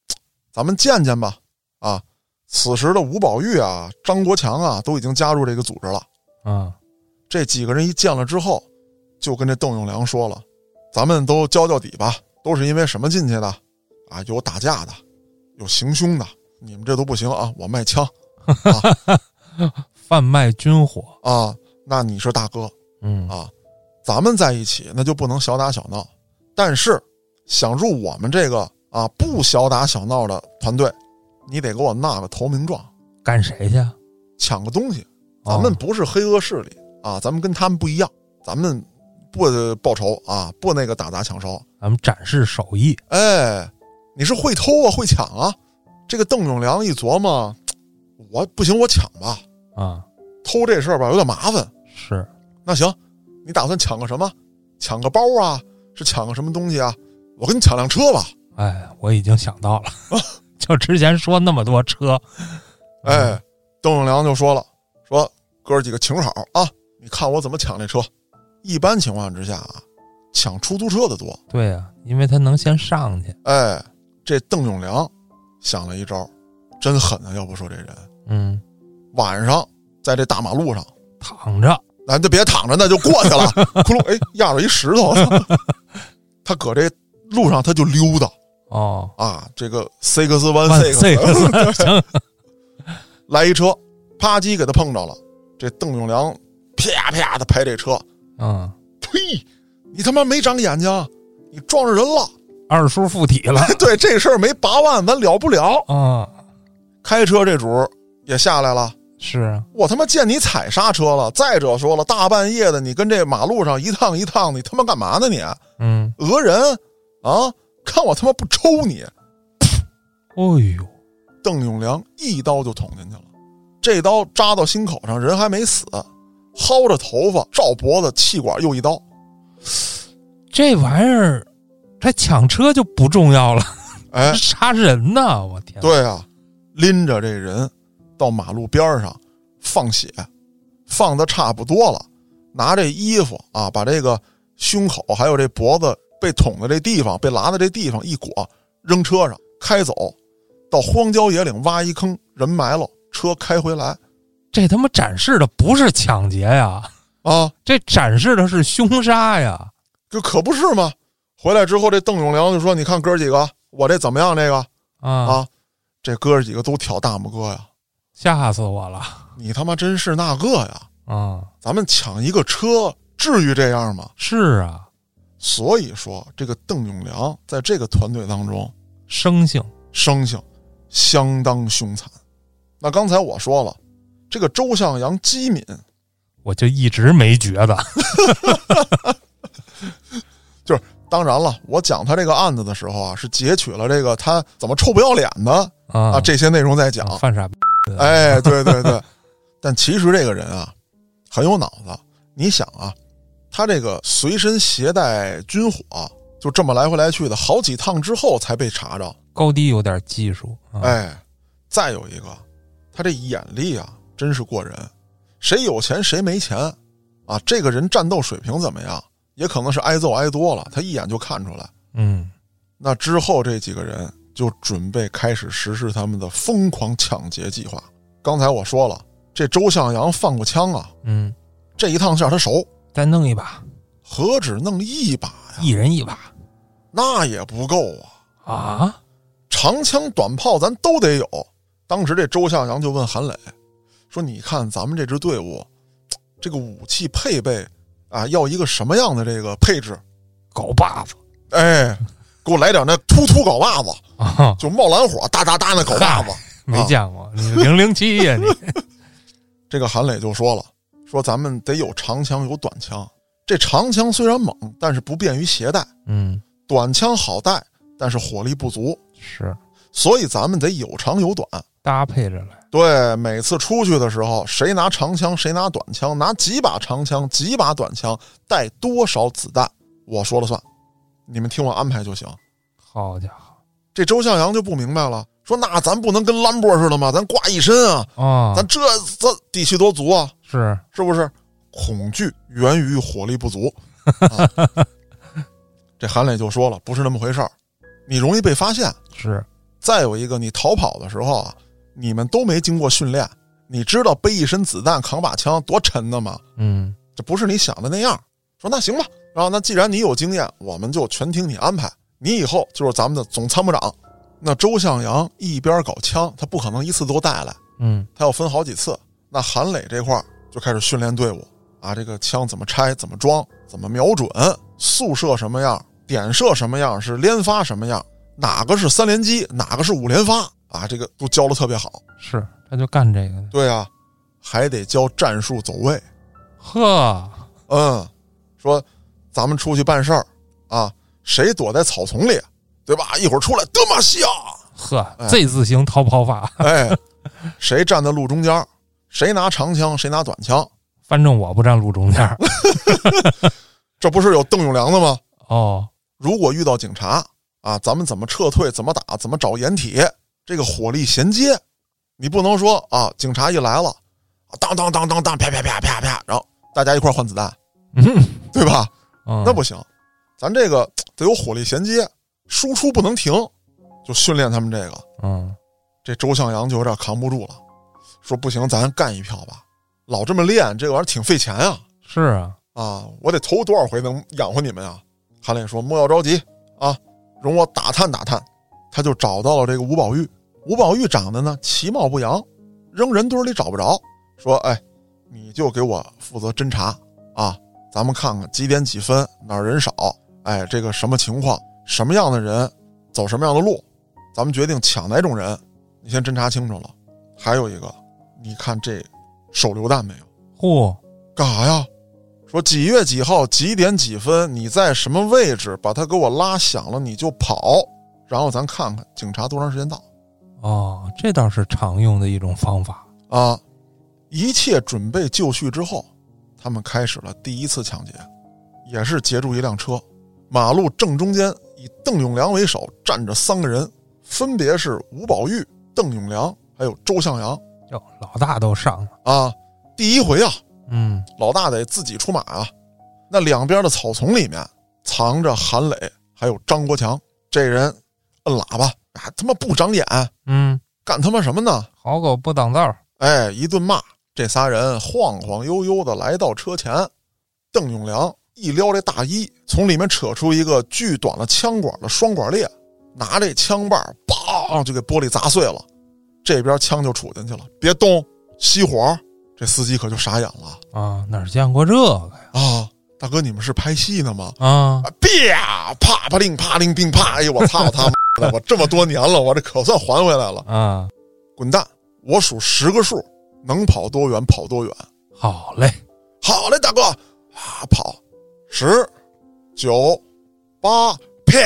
咱们见见吧。”啊，此时的吴宝玉啊、张国强啊，都已经加入这个组织了。啊，这几个人一见了之后，就跟这邓永良说了：“咱们都交交底吧，都是因为什么进去的？啊，有打架的，有行凶的，你们这都不行啊！我卖枪贩卖军火，啊，那你是大哥嗯啊，咱们在一起那就不能小打小闹。但是想入我们这个啊不小打小闹的团队，你得给我纳个投名状，干谁去？抢个东西。咱们哦不是黑恶势力啊，咱们跟他们不一样，咱们不报仇啊，不那个打砸抢烧。”咱们展示手艺，哎，你是会偷啊，会抢啊。这个邓永良一琢磨，我不行，我抢吧，啊，偷这事儿吧有点麻烦。是那行，你打算抢个什么？抢个包啊？是抢个什么东西啊？我跟你抢辆车吧。哎，我已经想到了， 就之前说那么多车，哎，邓永良就说了，说哥儿几个请好啊，你看我怎么抢这车。啊一般情况之下啊，抢出租车的多。对呀、因为他能先上去，哎，这邓永良想了一招，真狠啊！要不说这人嗯，晚上在这大马路上。躺着，咱就别躺着，那就过去了。窟窿，哎，压着一石头， 他搁这路上他就溜达哦，啊，这个 six one 万 six 岁 行，来一车，啪叽给他碰着了。这邓永良啪啪的拍这车，嗯，呸！你他妈没长眼睛，你撞着人了。 二叔附体 了，对这事儿没八万，咱了不了。啊，开车这主也下来了，是啊，我他妈见你踩刹车了。再者说了，大半夜的你跟这马路上一趟一趟，你他妈干嘛呢你？啊嗯，讹人啊！看我他妈不抽你！哦呦，邓永良一刀就捅进去了，这刀扎到心口上，人还没死，薅着头发，照脖子，气管又一刀。这玩意儿，这抢车就不重要 了，，哎杀人呐！我天，对啊，拎着这人到马路边上放血，放的差不多了，拿这衣服啊，把这个胸口还有这脖子被捅的这地方、被剌的这地方一裹，扔车上开走，到荒郊野岭挖一坑，人埋了，车开回来。这他妈展示的不是抢劫呀，啊，这展示的是凶杀呀！这可不是嘛！回来之后，这邓永良就说：“你看哥儿几个，我这怎么样？这个啊，啊，这哥儿几个都挑大拇哥呀！吓死我了！你他妈真是那个呀！啊，咱们抢一个车，至于这样吗？是啊，所以说，这个邓永良在这个团队当中，生性，生性相当凶残。那刚才我说了，这个周向阳机敏，我就一直没觉得，当然了，我讲他这个案子的时候啊，是截取了这个他怎么臭不要脸的啊嗯啊这些内容在讲。犯傻逼，哎，对对对，但其实这个人啊，很有脑子。你想啊，他这个随身携带军火，就这么来回来去的好几趟之后才被查着。高低有点技术，啊、，哎，再有一个，他这眼力啊，真是过人。谁有钱谁没钱啊？这个人战斗水平怎么样？也可能是挨揍挨多了，他一眼就看出来。嗯，那之后这几个人就准备开始实施他们的疯狂抢劫计划。刚才我说了，这周向阳放过枪啊，嗯，这一趟下他熟，再弄一把，何止弄一把哎呀？一人一把那也不够啊，啊！长枪短炮咱都得有。当时这周向阳就问韩磊说：“你看咱们这支队伍，这个武器配备啊，要一个什么样的这个配置？狗把子哎，给我来点那突突镐把子，啊，就冒蓝火哒哒哒那镐把子。” 没见过，你零零七呀你？啊这个韩磊就说了：“说咱们得有长枪，有短枪。这长枪虽然猛，但是不便于携带；嗯，短枪好带，但是火力不足。是所以咱们得有长有短。搭配着来，对，每次出去的时候，谁拿长枪，谁拿短枪，拿几把长枪，几把短枪，带多少子弹，我说了算，你们听我安排就行。”好家伙这周向阳就不明白了，说：“那咱不能跟兰博似的吗？咱挂一身啊，啊！咱这这底气多足啊！是是不是？恐惧源于火力不足。啊、这韩磊就说了，不是那么回事儿，你容易被发现。是，再有一个，你逃跑的时候啊，你们都没经过训练，你知道背一身子弹、扛把枪多沉的吗？嗯，这不是你想的那样。说那行吧，然后那既然你有经验，我们就全听你安排。你以后就是咱们的总参谋长。那周向阳一边搞枪，他不可能一次都带来，嗯，他要分好几次。那韩磊这块儿就开始训练队伍啊，这个枪怎么拆、怎么装、怎么瞄准、速射什么样、点射什么样、是连发什么样，哪个是三连击，哪个是五连发啊，这个都教的特别好。是，他就干这个的。对啊，还得教战术走位。呵，嗯，说咱们出去办事儿啊，谁躲在草丛里，对吧？一会儿出来德玛西亚，呵，Z 字形逃跑法，哎，谁站在路中间儿，谁拿长枪，谁拿短枪，反正我不站路中 间儿。这不是有邓永良的吗？ 哦，如果遇到警察啊，咱们怎么撤退，怎么打，怎么找掩体，这个火力衔接，你不能说啊，警察一来了，当当当当当，啪啪啪啪啪，然后大家一块儿换子弹，嗯，对吧？嗯那不行，咱这个得有火力衔接，输出不能停，就训练他们这个。嗯，这周向阳就有点扛不住了，说不行，咱干一票吧，老这么练，这玩意儿挺费钱啊。是啊，啊，我得投多少回能养活你们啊？韩磊说：“莫要着急啊，容我打探打探。”他就找到了这个吴宝玉。吴宝玉长得呢其貌不扬，扔人堆里找不着。说：“哎，你就给我负责侦查啊，咱们看看几点几分哪儿人少，哎，这个什么情况，什么样的人走什么样的路，咱们决定抢哪种人。你先侦查清楚了。还有一个，你看这手榴弹没有？嚯，干啥呀？说几月几号几点几分，你在什么位置，把他给我拉响了，你就跑，然后咱看看警察多长时间到哦，这倒是常用的一种方法。啊！一切准备就绪之后，他们开始了第一次抢劫，也是截住一辆车，马路正中间以邓永良为首站着三个人，分别是吴宝玉、邓永良还有周向阳哟，老大都上了，啊！第一回啊，嗯，老大得自己出马啊。那两边的草丛里面藏着韩磊，还有张国强。这人摁喇叭，啊，他妈不长眼，嗯，干他妈什么呢？好狗不挡道，哎，一顿骂。这仨人晃晃悠悠的来到车前，邓永良一撩这大衣，从里面扯出一个锯短了枪管的双管猎，拿这枪把梆就给玻璃砸碎了，这边枪就杵进去了，别动，熄火。这司机可就傻眼了啊，哪儿见过这个呀？啊！大哥，你们是拍戏呢吗？啊，啊，啪啪啪令啪令并啪！哎呦，我操他妈的！我这么多年了，我这可算还回来了。啊，滚蛋！我数十个数，能跑多远跑多远。好嘞，好嘞，大哥，啊，跑，十、九、八，啪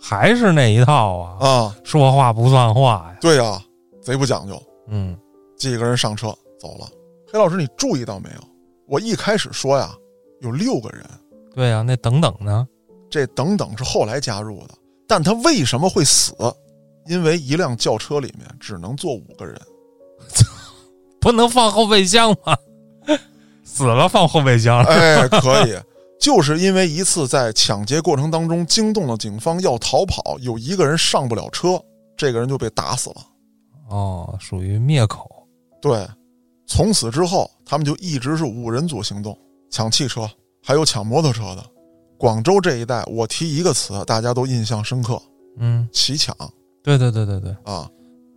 还是那一套啊，啊！说话不算话呀。对呀、啊贼不讲究。嗯，几个人上车走了。黑老师，你注意到没有？我一开始说呀，有六个人，对呀、那等等呢？这等等是后来加入的。但他为什么会死？因为一辆轿车里面只能坐五个人。 不能放后备箱吗？死了放后备箱，哎，可以。就是因为一次在抢劫过程当中惊动了警方，要逃跑，有一个人上不了车，这个人就被打死了。哦，属于灭口。对，从此之后，他们就一直是五人组行动，抢汽车，还有抢摩托车的。广州这一带，我提一个词，大家都印象深刻：嗯，骑抢对对对对对，啊。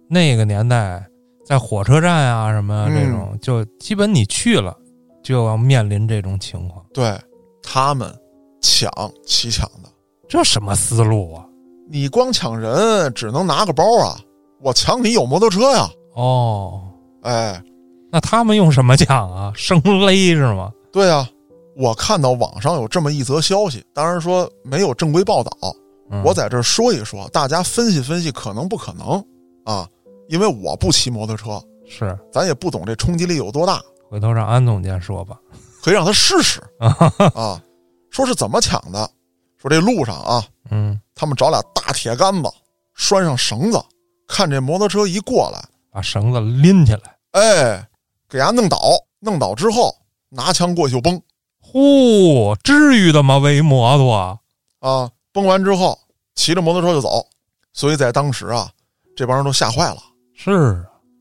那个年代在火车站啊什么这种，就基本你去了就要面临这种情况，对他们抢骑抢的，这什么思路啊？你光抢人只能拿个包啊，我抢你有摩托车呀、哦，哎，那他们用什么讲啊？生勒是吗？对啊，我看到网上有这么一则消息，当然说没有正规报道，嗯我在这儿说一说，大家分析分析可能不可能啊，因为我不骑摩托车，是咱也不懂这冲击力有多大，回头让安总监说吧。可以让他试试啊。说是怎么抢的？说这路上啊，嗯，他们找俩大铁杆子，拴上绳子，看这摩托车一过来，把绳子拎起来，哎，给伢弄倒，弄倒之后拿枪过去就崩呼，至于的吗？围摩托？啊，崩完之后骑着摩托车就走。所以在当时啊，这帮人都吓坏了。是啊，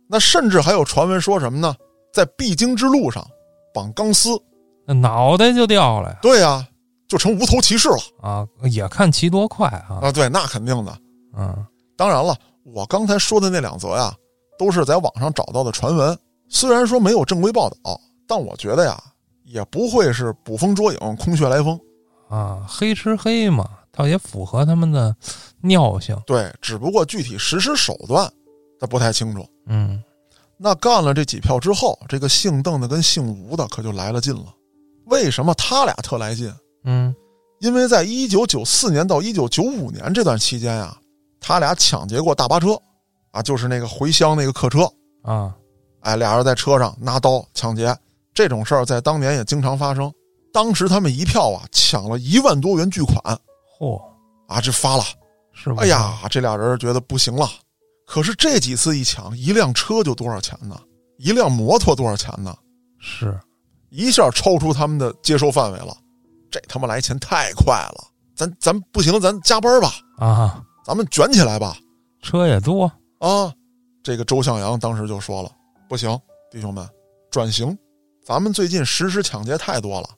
那甚至还有传闻说什么呢？在必经之路上绑钢丝，那脑袋就掉了呀！对呀、就成无头骑士了啊，也看骑多快啊！啊！对，那肯定的。嗯，当然了，我刚才说的那两则呀，都是在网上找到的传闻，虽然说没有正规报道，但我觉得呀，也不会是捕风捉影、空穴来风。啊，黑吃黑嘛，倒也符合他们的尿性。对，只不过具体实施手段，他不太清楚。嗯，那干了这几票之后，这个姓邓的跟姓吴的可就来了劲了。为什么他俩特来劲？嗯，因为在一九九四年到一九九五年这段期间呀、他俩抢劫过大巴车，啊，就是那个回乡那个客车，啊，哎，俩人在车上拿刀抢劫，这种事儿在当年也经常发生。当时他们一票啊，抢了一万多元巨款嚯，啊，这发了。是吧？哎，呀，这俩人觉得不行了。可是这几次一抢，一辆车就多少钱呢？一辆摩托多少钱呢？是一下超出他们的接受范围了。这他妈来钱太快了，咱咱不行，咱加班吧，啊，咱们卷起来吧。车也多，啊，这个周向阳当时就说了：“不行，弟兄们，转型，咱们最近实施抢劫太多了，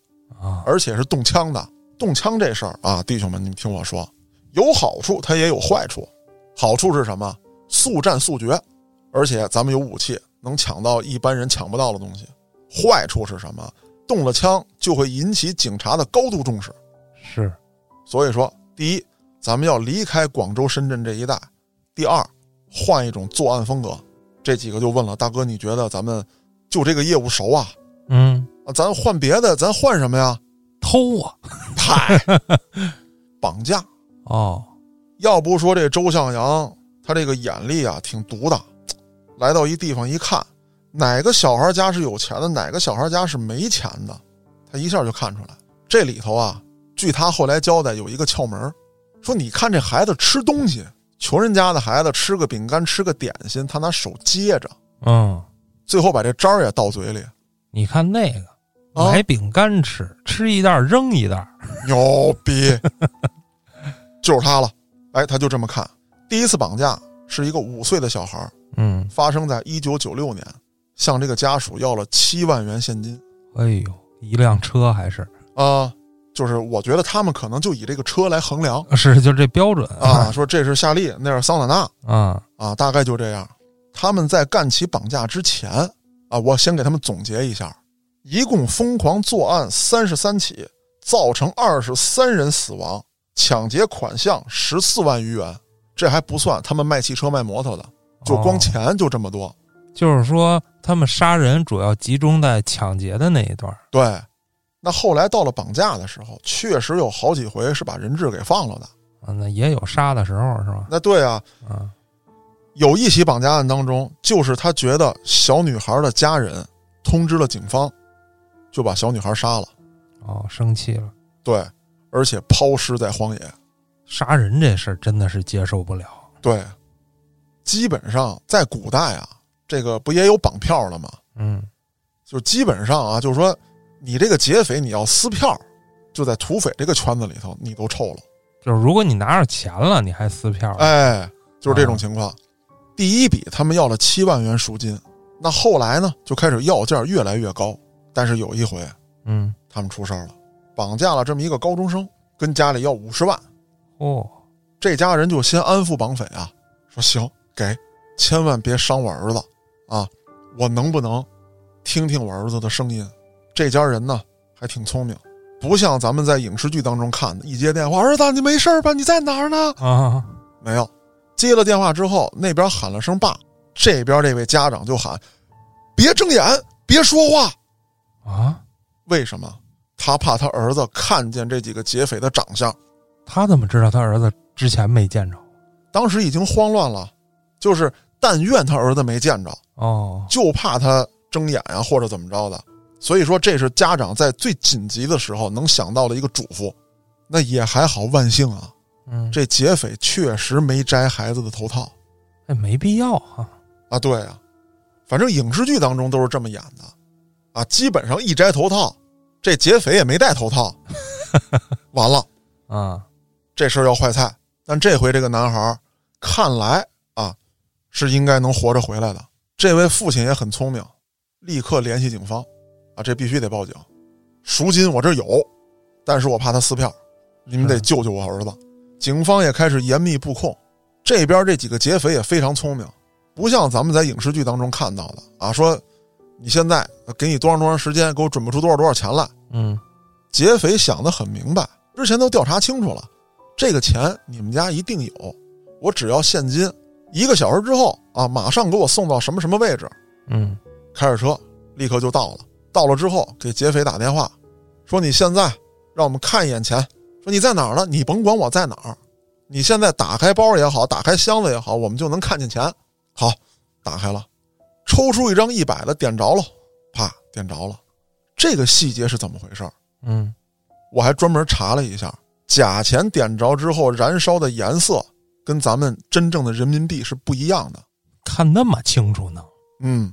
啊，而且是动枪的。动枪这事儿啊，弟兄们，你们听我说，有好处，它也有坏处。好处是什么？速战速决，而且咱们有武器，能抢到一般人抢不到的东西。坏处是什么？动了枪就会引起警察的高度重视。是所以说，第一，咱们要离开广州、深圳这一带；第二，换一种作案风格。这几个就问了，大哥，你觉得咱们就这个业务熟啊？嗯，啊，咱换别的，咱换什么呀？偷啊，嗨，绑架。哦，要不说这周向阳他这个眼力啊挺毒的，来到一地方一看，哪个小孩家是有钱的，哪个小孩家是没钱的，他一下就看出来。这里头啊，据他后来交代，有一个窍门儿，说你看这孩子吃东西，穷人家的孩子吃个饼干，吃个点心，他拿手接着，嗯，最后把这渣儿也倒嘴里。你看那个啊买饼干吃，吃一袋儿扔一袋儿，牛逼， 就是他了。哎，他就这么看。第一次绑架是一个五岁的小孩儿，嗯，发生在一九九六年，向这个家属要了七万元现金哎呦，一辆车还是啊、就是我觉得他们可能就以这个车来衡量呃是就这标准啊，说这是夏利，那是桑塔纳 啊，啊，大概就这样。他们在干起绑架之前啊，我先给他们总结一下，一共疯狂作案三十三起，造成二十三人死亡，抢劫款项十四万余元，这还不算他们卖汽车、卖摩托的，就光哦钱就这么多。就是说，他们杀人主要集中在抢劫的那一段儿。对，那后来到了绑架的时候，确实有好几回是把人质给放了的。啊，那也有杀的时候是吧？那对啊，啊，有一起绑架案当中，就是他觉得小女孩的家人通知了警方，就把小女孩杀了。哦，生气了，对，而且抛尸在荒野。杀人这事儿真的是接受不了。对，基本上在古代啊，这个不也有绑票了吗？嗯，就基本上啊，就是说你这个劫匪你要撕票，就在土匪这个圈子里头，你都臭了。就是如果你拿着钱了，你还撕票，哎，就是这种情况。第一笔他们要了七万元赎金，那后来呢就开始要价越来越高。但是有一回嗯，他们出事儿了，绑架了这么一个高中生，跟家里要五十万。 哦，这家人就先安抚绑匪啊，说行给，千万别伤我儿子啊！我能不能听听我儿子的声音？这家人呢还挺聪明，不像咱们在影视剧当中看的，一接电话，儿子你没事儿吧？你在哪儿呢？啊，没有，接了电话之后，那边喊了声爸，这边这位家长就喊别睁眼，别说话。啊，为什么？他怕他儿子看见这几个劫匪的长相。他怎么知道他儿子之前没见着？当时已经慌乱了，就是但愿他儿子没见着，哦，就怕他睁眼啊或者怎么着的。所以说，这是家长在最紧急的时候能想到的一个嘱咐。那也还好，万幸啊，嗯，这劫匪确实没摘孩子的头套这没必要哈、啊。对啊，反正影视剧当中都是这么演的啊，基本上一摘头套，这劫匪也没戴头套， 完了。啊，这事儿要坏菜。但这回这个男孩儿看来啊，是应该能活着回来的。这位父亲也很聪明，立刻联系警方啊，这必须得报警。赎金我这有，但是我怕他撕票，你们得是救救我儿子。警方也开始严密布控，这边这几个劫匪也非常聪明，不像咱们在影视剧当中看到的啊，说你现在给你多长多长时间，给我准备出多少多少钱来。嗯，劫匪想得很明白，之前都调查清楚了，这个钱你们家一定有，我只要现金，一个小时之后啊，马上给我送到什么什么位置，嗯，开着车立刻就到了。到了之后给劫匪打电话，说你现在让我们看一眼钱，说你在哪儿呢？你甭管我在哪儿，你现在打开包也好，打开箱子也好，我们就能看见钱。好，打开了，抽出一张一百的，点着了，啪，点着了。这个细节是怎么回事儿？嗯，我还专门查了一下，假钱点着之后燃烧的颜色跟咱们真正的人民币是不一样的。看那么清楚呢，嗯，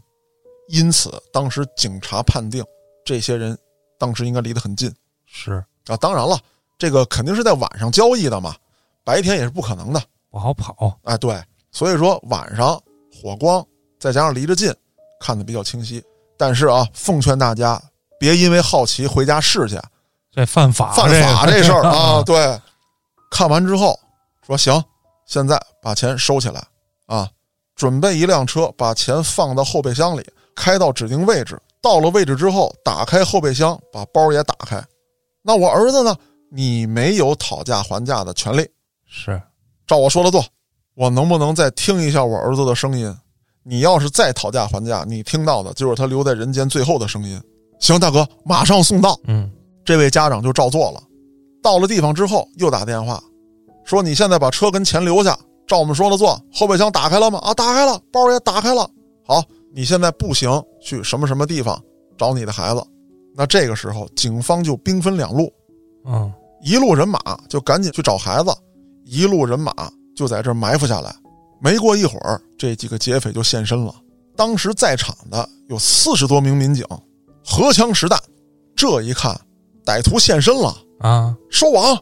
因此当时警察判定这些人当时应该离得很近是啊。当然了，这个肯定是在晚上交易的嘛，白天也是不可能的。不好跑，哎，对，所以说晚上火光再加上离着近，看得比较清晰。但是啊，奉劝大家别因为好奇回家试去，这犯法，犯法这这个 事儿啊，，对。看完之后说行，现在把钱收起来啊，准备一辆车，把钱放到后备箱里，开到指定位置。到了位置之后，打开后备箱，把包也打开。那我儿子呢？你没有讨价还价的权利，是，照我说的做。我能不能再听一下我儿子的声音？你要是再讨价还价，你听到的就是他留在人间最后的声音。行，大哥，马上送到。嗯，这位家长就照做了。到了地方之后，又打电话，说你现在把车跟钱留下，照我们说的做。后备箱打开了吗？啊，打开了，包也打开了。好，你现在步行去什么什么地方找你的孩子。那这个时候，警方就兵分两路，嗯，一路人马就赶紧去找孩子，一路人马就在这儿埋伏下来。没过一会儿，这几个劫匪就现身了。当时在场的有四十多名民警，荷枪实弹。这一看，歹徒现身了，啊，收网，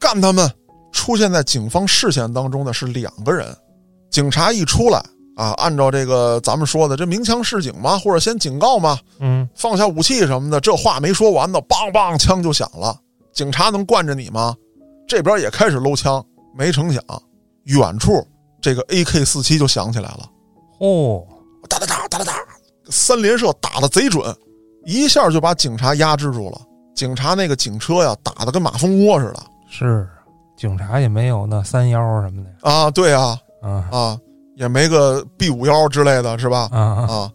干他们！出现在警方视线当中的是两个人。警察一出来啊，按照这个咱们说的，这鸣枪示警嘛，或者先警告嘛，嗯，放下武器什么的，这话没说完呢，梆梆枪就响了。警察能惯着你吗？这边也开始搂枪，没成想，远处这个 AK 四七就响起来了，哦，哒哒哒哒哒哒，三连射打的贼准，一下就把警察压制住了。警察那个警车呀，打的跟马蜂窝似的是，警察也没有那三幺什么的呀，啊！对啊，啊啊，也没个 B 五幺之类的是吧？啊啊，啊，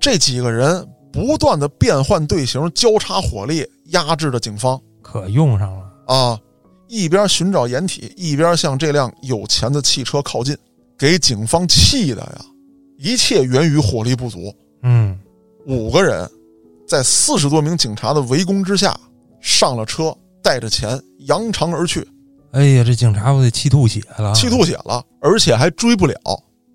这几个人不断的变换队形，交叉火力，压制着警方。可用上了，啊，一边寻找掩体，一边向这辆有钱的汽车靠近，给警方气的呀！一切源于火力不足。嗯，五个人在四十多名警察的围攻之下，上了车，带着钱扬长而去，哎呀，这警察不得气吐血了，气吐血了，而且还追不了。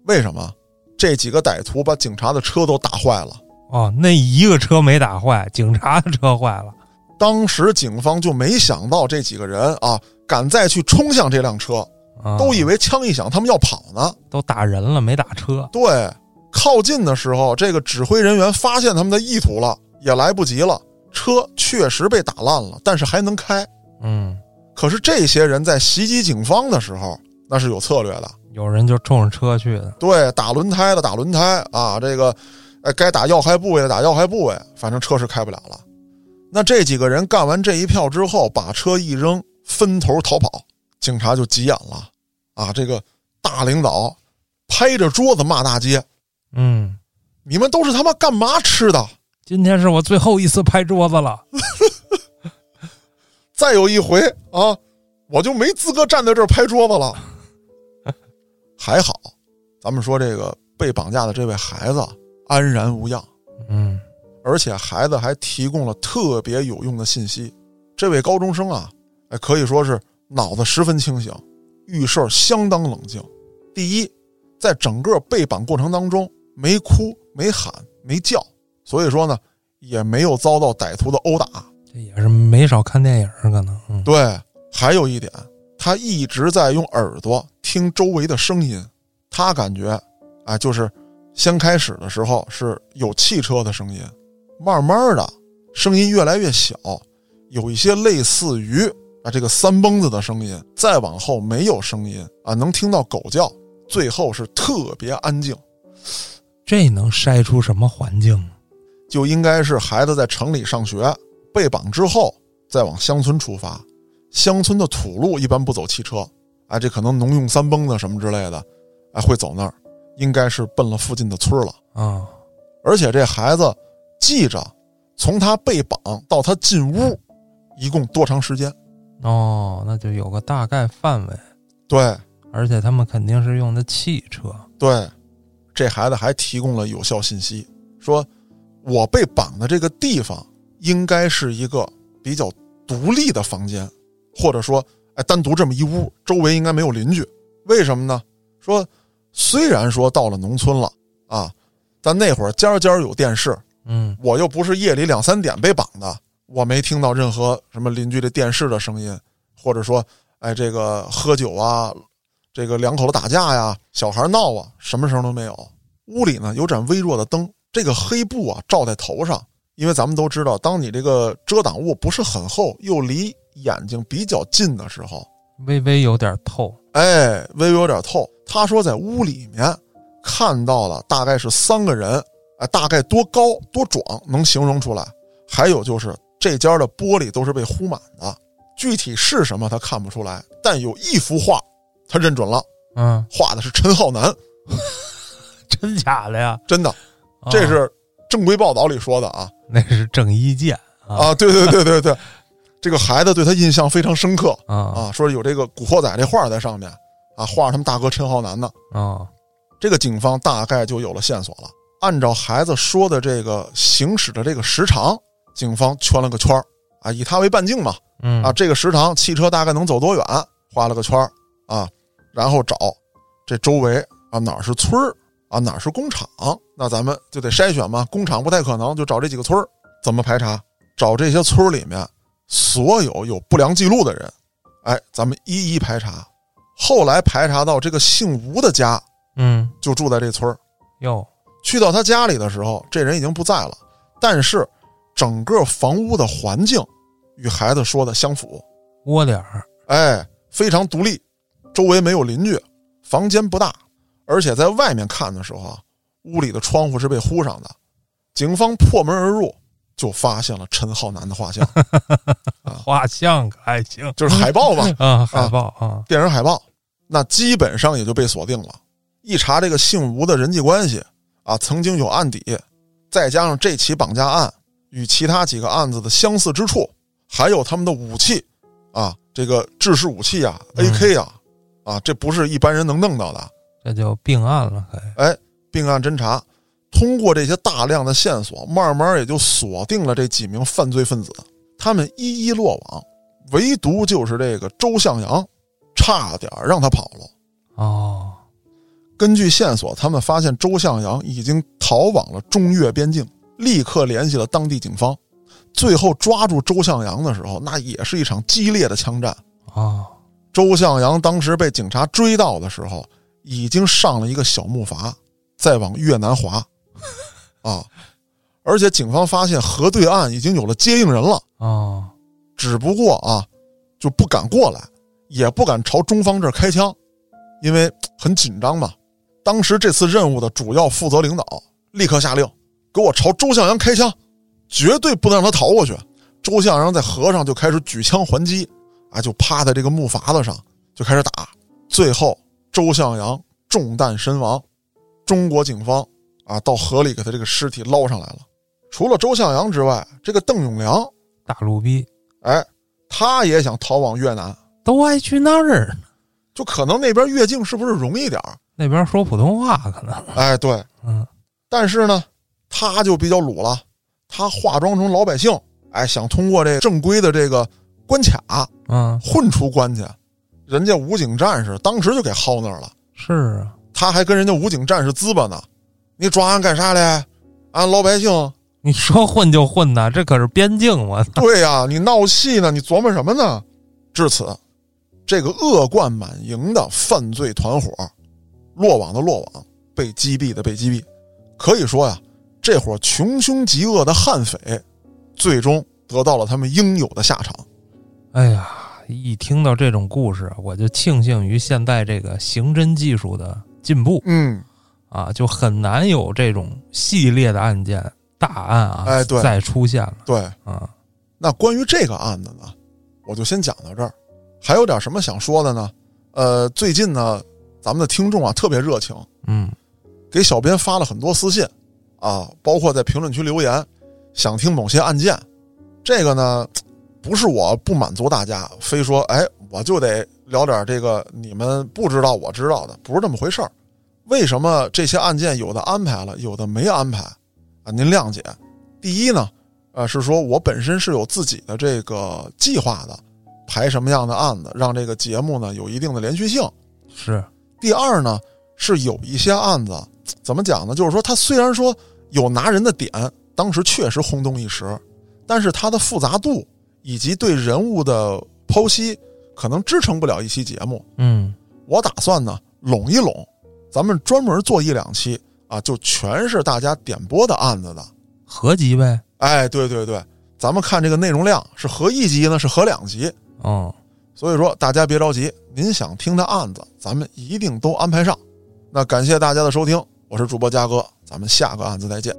为什么？这几个歹徒把警察的车都打坏了，哦，那一个车没打坏，警察的车坏了，当时警方就没想到这几个人啊，敢再去冲向这辆车，啊都以为枪一响他们要跑呢。都打人了，没打车，对，靠近的时候，这个指挥人员发现他们的意图了，也来不及了。车确实被打烂了，但是还能开。嗯，可是这些人在袭击警方的时候，那是有策略的。有人就冲着车去的，对，打轮胎的打轮胎啊，这个，呃，该打要害部位的打要害部位，反正车是开不了了。那这几个人干完这一票之后，把车一扔，分头逃跑。警察就急眼了，啊，这个大领导拍着桌子骂大街：“嗯，你们都是他妈干嘛吃的？今天是我最后一次拍桌子了，再有一回啊，我就没资格站在这儿拍桌子了。 还好，咱们说这个被绑架的这位孩子啊安然无恙，嗯而且孩子还提供了特别有用的信息。这位高中生啊，哎，可以说是脑子十分清醒，遇事儿相当冷静。第一，在整个被绑过程当中，没哭、没喊、没叫，所以说呢，也没有遭到歹徒的殴打。这也是没少看电影儿，可能，嗯，对，还有一点，他一直在用耳朵听周围的声音，他感觉啊，就是先开始的时候是有汽车的声音，慢慢的声音越来越小，有一些类似于啊这个三蹦子的声音，再往后没有声音啊，能听到狗叫，最后是特别安静，这能筛出什么环境啊？就应该是孩子在城里上学，被绑之后再往乡村出发。乡村的土路一般不走汽车，哎，这可能农用三蹦子什么之类的，哎，会走那儿，应该是奔了附近的村儿了。啊，而且这孩子记着，从他被绑到他进屋，一共多长时间？哦，那就有个大概范围，对而且他们肯定是用的汽车，对，这孩子还提供了有效信息，说我被绑的这个地方应该是一个比较独立的房间，或者说，哎，单独这么一屋，周围应该没有邻居。为什么呢？说虽然说到了农村了啊，但那会儿家家有电视，嗯我又不是夜里两三点被绑的，我没听到任何什么邻居的电视的声音，或者说，哎，这个喝酒啊，这个两口子打架呀，小孩闹啊，什么声都没有。屋里呢有盏微弱的灯，这个黑布啊罩在头上，因为咱们都知道，当你这个遮挡物不是很厚，又离眼睛比较近的时候，微微有点透，哎，微微有点透。他说在屋里面看到了，大概是三个人，哎，大概多高多壮能形容出来。还有就是这家的玻璃都是被糊满的，具体是什么他看不出来，但有一幅画他认准了，嗯，画的是陈浩南， 真假的呀？真的，啊这是正规报道里说的啊那是郑伊健啊啊，对对对对对，这个孩子对他印象非常深刻啊啊，说有这个《古惑仔》这画在上面啊，画着他们大哥陈浩南呢。啊这个警方大概就有了线索了。按照孩子说的这个行驶的这个时长，警方圈了个圈儿啊，以他为半径嘛嗯啊，这个时长汽车大概能走多远，画了个圈儿啊，然后找这周围啊哪儿是村儿啊哪儿是工厂，那咱们就得筛选嘛，工厂不太可能，就找这几个村儿。怎么排查？找这些村儿里面所有有不良记录的人，哎，咱们一一排查。后来排查到这个姓吴的家，嗯就住在这村儿。哟去到他家里的时候，这人已经不在了，但是整个房屋的环境与孩子说的相符，窝点儿，哎，非常独立，周围没有邻居，房间不大，而且在外面看的时候啊，屋里的窗户是被糊上的。警方破门而入，就发现了陈浩南的画像，画像可还行就是海报吧，啊，海报啊，电影海报，那基本上也就被锁定了。一查这个姓吴的人际关系啊，曾经有案底，再加上这起绑架案与其他几个案子的相似之处，还有他们的武器啊，这个制式武器啊嗯，AK 啊，啊，这不是一般人能弄到的。这就并案了，可以并案侦查，通过这些大量的线索，慢慢也就锁定了这几名犯罪分子，他们一一落网，唯独就是这个周向阳，差点让他跑了。哦，根据线索，他们发现周向阳已经逃往了中越边境，立刻联系了当地警方。最后抓住周向阳的时候，那也是一场激烈的枪战。啊，周向阳当时被警察追到的时候，已经上了一个小木筏，再往越南滑，啊，而且警方发现河对岸已经有了接应人了，哦，只不过啊，就不敢过来，也不敢朝中方这儿开枪，因为嘖很紧张嘛。当时这次任务的主要负责领导立刻下令，给我朝周向阳开枪，绝对不能让他逃过去。周向阳在河上就开始举枪还击，啊，就趴在这个木筏子上就开始打，最后周向阳中弹身亡。中国警方啊，到河里给他这个尸体捞上来了。除了周向阳之外，这个邓永良大陆逼哎，他也想逃往越南，都爱去那儿，就可能那边越境是不是容易点儿？那边说普通话可能，哎，对，嗯，但是呢，他就比较鲁了，他化妆成老百姓，哎，想通过这正规的这个关卡嗯，混出关去。人家武警战士当时就给薅那儿了，是啊，他还跟人家武警战士滋吧呢，你抓俺干啥嘞？俺老百姓，你说混就混呐，这可是边境， 我操，对呀、你闹气呢，你琢磨什么呢？至此，这个恶贯满盈的犯罪团伙，落网的落网，被击毙的被击毙。可以说呀、这伙穷凶极恶的悍匪，最终得到了他们应有的下场。哎呀。一听到这种故事，我就庆幸于现在这个刑侦技术的进步嗯，啊，就很难有这种系列的案件、大案啊，哎对再出现了对。啊。那关于这个案子呢，我就先讲到这儿。还有点什么想说的呢？呃，最近呢，咱们的听众啊特别热情，嗯，给小编发了很多私信啊，包括在评论区留言，想听某些案件。这个呢，不是我不满足大家，非说哎，我就得聊点这个你们不知道我知道的，不是这么回事儿。为什么这些案件有的安排了，有的没安排啊？您谅解。第一呢，呃，是说我本身是有自己的这个计划的，排什么样的案子，让这个节目呢有一定的连续性。是，第二呢，是有一些案子怎么讲呢？就是说，他虽然说有拿人的点，当时确实轰动一时，但是它的复杂度以及对人物的剖析，可能支撑不了一期节目。嗯，我打算呢，拢一拢，咱们专门做一两期啊，就全是大家点播的案子的。合集呗。哎，对对对，咱们看这个内容量是合一集呢，是合两集。哦，所以说大家别着急，您想听的案子，咱们一定都安排上。那感谢大家的收听，我是主播嘉哥，咱们下个案子再见。